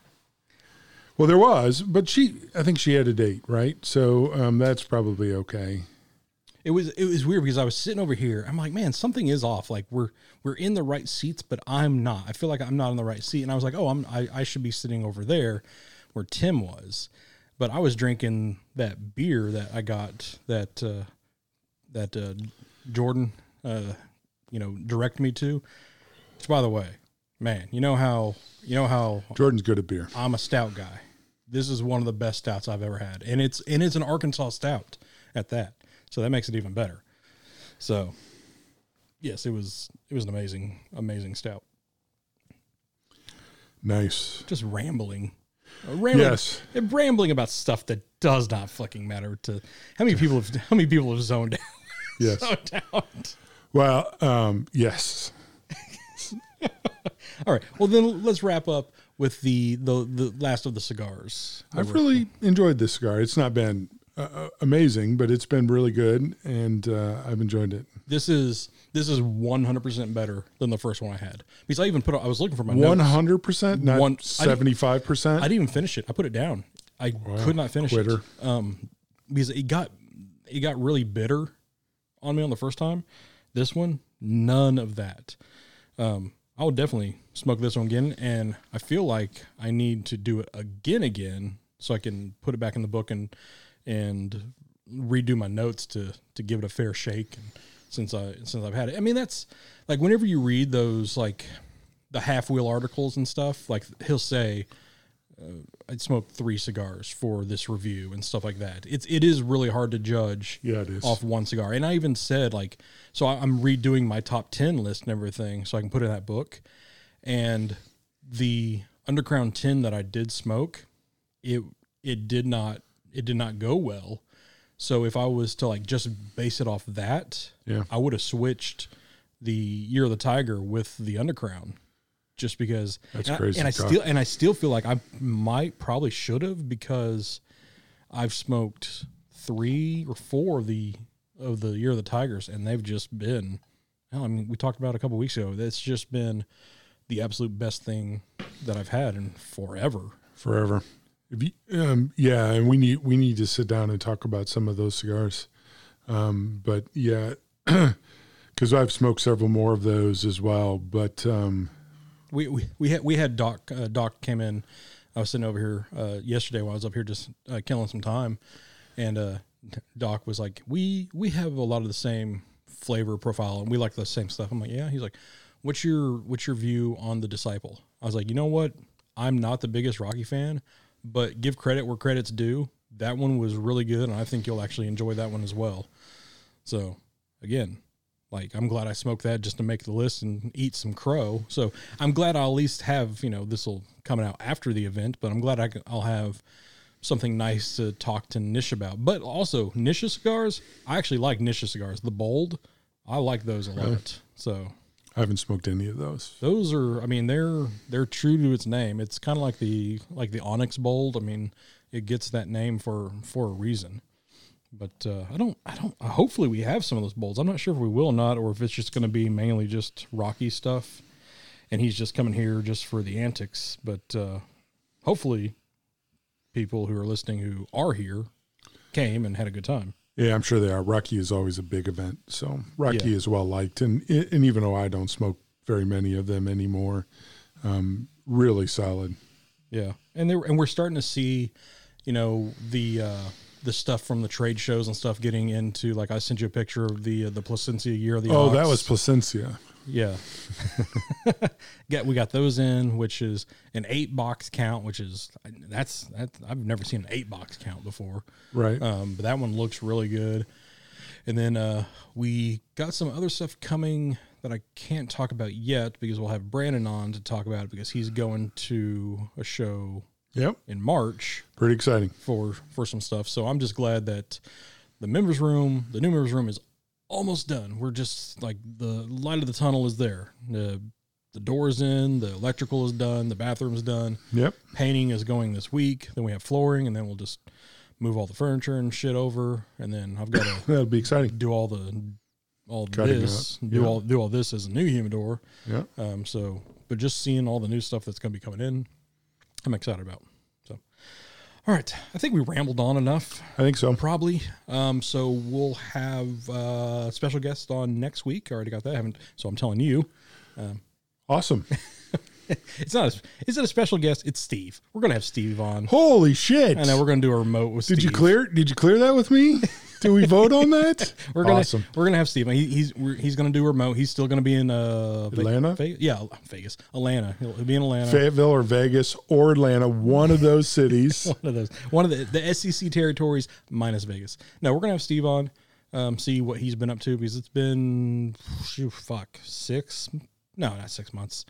[SPEAKER 2] Well, there was, but she, I think she had a date, right? So um, that's probably okay.
[SPEAKER 1] It was it was weird because I was sitting over here. I'm like, man, something is off. Like we're we're in the right seats, but I'm not. I feel like I'm not in the right seat. And I was like, oh, I'm I, I should be sitting over there, where Tim was, but I was drinking that beer that I got that uh, that uh, Jordan, uh, you know, direct me to. Which, by the way, man, you know how you know how
[SPEAKER 2] Jordan's good at beer.
[SPEAKER 1] I'm a stout guy. This is one of the best stouts I've ever had, and it's and it's an Arkansas stout at that, so that makes it even better. So, yes, it was it was an amazing amazing stout.
[SPEAKER 2] Nice.
[SPEAKER 1] Just rambling, Uh, rambling,
[SPEAKER 2] Yes.
[SPEAKER 1] uh, rambling about stuff that does not fucking matter to how many people have how many people have zoned
[SPEAKER 2] Yes.
[SPEAKER 1] out. Zoned out.
[SPEAKER 2] Well, um, yes.
[SPEAKER 1] All right, well then let's wrap up with the the the last of the cigars.
[SPEAKER 2] I've really enjoyed this cigar. It's not been uh, uh, amazing, but it's been really good, and uh, I've enjoyed it.
[SPEAKER 1] This is this is 100% better than the first one I had because I even put I was looking for my
[SPEAKER 2] One
[SPEAKER 1] notes.
[SPEAKER 2] hundred percent,
[SPEAKER 1] One- I
[SPEAKER 2] not
[SPEAKER 1] didn't-
[SPEAKER 2] seventy five
[SPEAKER 1] I
[SPEAKER 2] percent.
[SPEAKER 1] didn't even finish it. I put it down. I could not finish
[SPEAKER 2] quitter.
[SPEAKER 1] it. Um, because it got it got really bitter on me on the first time. This one, none of that. Um, I would definitely smoke this one again, and I feel like I need to do it again, again, so I can put it back in the book and and redo my notes to to give it a fair shake. And since I since I've had it, I mean that's like whenever you read those like the half wheel articles and stuff, like he'll say, I'd smoked three cigars for this review and stuff like that. It's it is really hard to judge
[SPEAKER 2] Yeah, it is.
[SPEAKER 1] off one cigar. And I even said like so I, I'm redoing my top ten list and everything so I can put it in that book. And the Underground Ten that I did smoke, it it did not it did not go well. So if I was to like just base it off that,
[SPEAKER 2] Yeah.
[SPEAKER 1] I would have switched the Year of the Tiger with the Underground just because
[SPEAKER 2] That's
[SPEAKER 1] and I-
[SPEAKER 2] crazy
[SPEAKER 1] and I
[SPEAKER 2] talk.
[SPEAKER 1] still and I still feel like I might probably should have because I've smoked three or four of the of the year of the tigers and they've just been well, I mean we talked about it a couple weeks ago that's just been the absolute best thing that I've had in forever.
[SPEAKER 2] forever. If you, um, yeah, and we need we need to sit down and talk about some of those cigars. Um, but yeah, because I've smoked several more of those as well. But um,
[SPEAKER 1] we we, we had we had Doc uh, Doc came in. I was sitting over here uh, yesterday while I was up here just uh, killing some time, and uh, Doc was like, "We we have a lot of the same flavor profile, and we like the same stuff." I'm like, "Yeah." He's like, "What's your what's your view on the disciple?" I was like, you know what? I'm not the biggest Rocky fan, but give credit where credit's due. That one was really good, and I think you'll actually enjoy that one as well. So, again, like I'm glad I smoked that just to make the list and eat some crow. So I'm glad I'll at least have you know this will coming out after the event, but I'm glad I can, I'll have something nice to talk to Nish about. But also Nisha cigars, I actually like Nisha cigars. The bold, I like those a lot. So
[SPEAKER 2] I haven't smoked any of those.
[SPEAKER 1] those are i mean they're they're true to its name it's kind of like the like the onyx bold i mean it gets that name for for a reason but uh, i don't i don't hopefully we have some of those bolds i'm not sure if we will or not or if it's just going to be mainly just rocky stuff and he's just coming here just for the antics but uh, hopefully people who are listening who are here came and had a good time
[SPEAKER 2] Yeah, I'm sure they are. Rocky is always a big event, so Rocky
[SPEAKER 1] Yeah.
[SPEAKER 2] is well liked, and and even though I don't smoke very many of them anymore, um, really solid.
[SPEAKER 1] Yeah, and they were, and we're starting to see, you know, the uh, the stuff from the trade shows and stuff getting into like I sent you a picture of the uh, the Placencia year of the
[SPEAKER 2] Oh,
[SPEAKER 1] Ox.
[SPEAKER 2] that was Placencia.
[SPEAKER 1] yeah. Got we got those in, which is an eight box count, which is that's that I've never seen an eight box count before.
[SPEAKER 2] Right.
[SPEAKER 1] Um, but that one looks really good. And then uh, we got some other stuff coming that I can't talk about yet because we'll have Brandon on to talk about it because he's going to a show
[SPEAKER 2] yep.
[SPEAKER 1] in March
[SPEAKER 2] Pretty exciting.
[SPEAKER 1] for for some stuff. So I'm just glad that the members room, the new members room is almost done. We're just like the light of the tunnel is there. The the door is in, the electrical is done, the bathroom's done,
[SPEAKER 2] Yep.
[SPEAKER 1] painting is going this week. Then we have flooring, and then we'll just move all the furniture and shit over. And then I've got to
[SPEAKER 2] That'll be exciting.
[SPEAKER 1] do all the all
[SPEAKER 2] Cutting
[SPEAKER 1] this,
[SPEAKER 2] up,
[SPEAKER 1] do
[SPEAKER 2] yeah.
[SPEAKER 1] all do all this as a new humidor.
[SPEAKER 2] Yeah.
[SPEAKER 1] Um, so, but just seeing all the new stuff that's going to be coming in, I'm excited about. So, all right, I think we rambled on enough,
[SPEAKER 2] I think so.
[SPEAKER 1] probably. Um, so we'll have uh, special guests on next week. I already got that, haven't? So I'm telling you,
[SPEAKER 2] Awesome.
[SPEAKER 1] it's not. A, is it a special guest? It's Steve. We're going to have Steve on,
[SPEAKER 2] Holy shit.
[SPEAKER 1] and then we're going to do a remote with.
[SPEAKER 2] Did
[SPEAKER 1] Steve.
[SPEAKER 2] you clear? Did you clear that with me? Did we vote on that?
[SPEAKER 1] We're gonna
[SPEAKER 2] awesome.
[SPEAKER 1] we're gonna have Steve. He, he's we're, he's gonna do a remote. He's still gonna be in uh, Ve-
[SPEAKER 2] Atlanta?
[SPEAKER 1] Ve- yeah, Vegas, Atlanta. He'll, he'll be in Atlanta.
[SPEAKER 2] Fayetteville or Vegas or Atlanta, one of those cities.
[SPEAKER 1] one of those one of the, the SEC territories minus Vegas. No, we're gonna have Steve on, um, see what he's been up to because it's been phew, fuck six, no, not six months,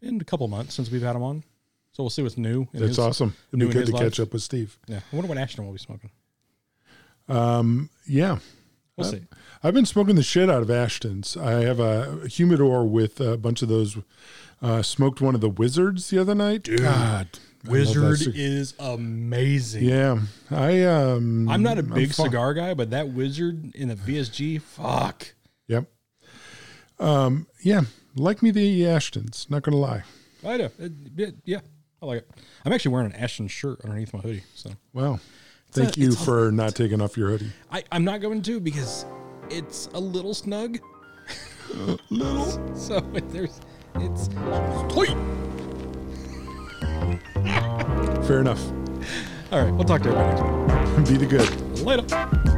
[SPEAKER 1] in a couple months since we've had him on. So we'll see what's new. in
[SPEAKER 2] That's
[SPEAKER 1] his-
[SPEAKER 2] awesome. It'd
[SPEAKER 1] new
[SPEAKER 2] be
[SPEAKER 1] in
[SPEAKER 2] good
[SPEAKER 1] his
[SPEAKER 2] to
[SPEAKER 1] life.
[SPEAKER 2] catch up with Steve.
[SPEAKER 1] Yeah, I wonder what Ashton will be smoking.
[SPEAKER 2] Yeah.
[SPEAKER 1] We'll see.
[SPEAKER 2] I've been smoking the shit out of Ashton's. I have a humidor with a bunch of those. Uh, smoked one of the wizards the other night. God, I love that
[SPEAKER 1] Wizard
[SPEAKER 2] cig-
[SPEAKER 1] is amazing.
[SPEAKER 2] yeah, I um.
[SPEAKER 1] I'm not a big
[SPEAKER 2] fine.
[SPEAKER 1] cigar guy, but that wizard in the VSG, fuck.
[SPEAKER 2] Yep. Um. Yeah. Like me the Ashtons. Not gonna lie.
[SPEAKER 1] I know. It- it- yeah, I like it. I'm actually wearing an Ashton shirt underneath my hoodie, so
[SPEAKER 2] Wow. Thank
[SPEAKER 1] a-
[SPEAKER 2] you
[SPEAKER 1] it's a-
[SPEAKER 2] for not taking off your hoodie.
[SPEAKER 1] I, I'm not going to because it's a little snug. little. So there's, it's.
[SPEAKER 2] Fair enough.
[SPEAKER 1] All right, we'll talk to everybody next
[SPEAKER 2] Be the good.
[SPEAKER 1] week. Later.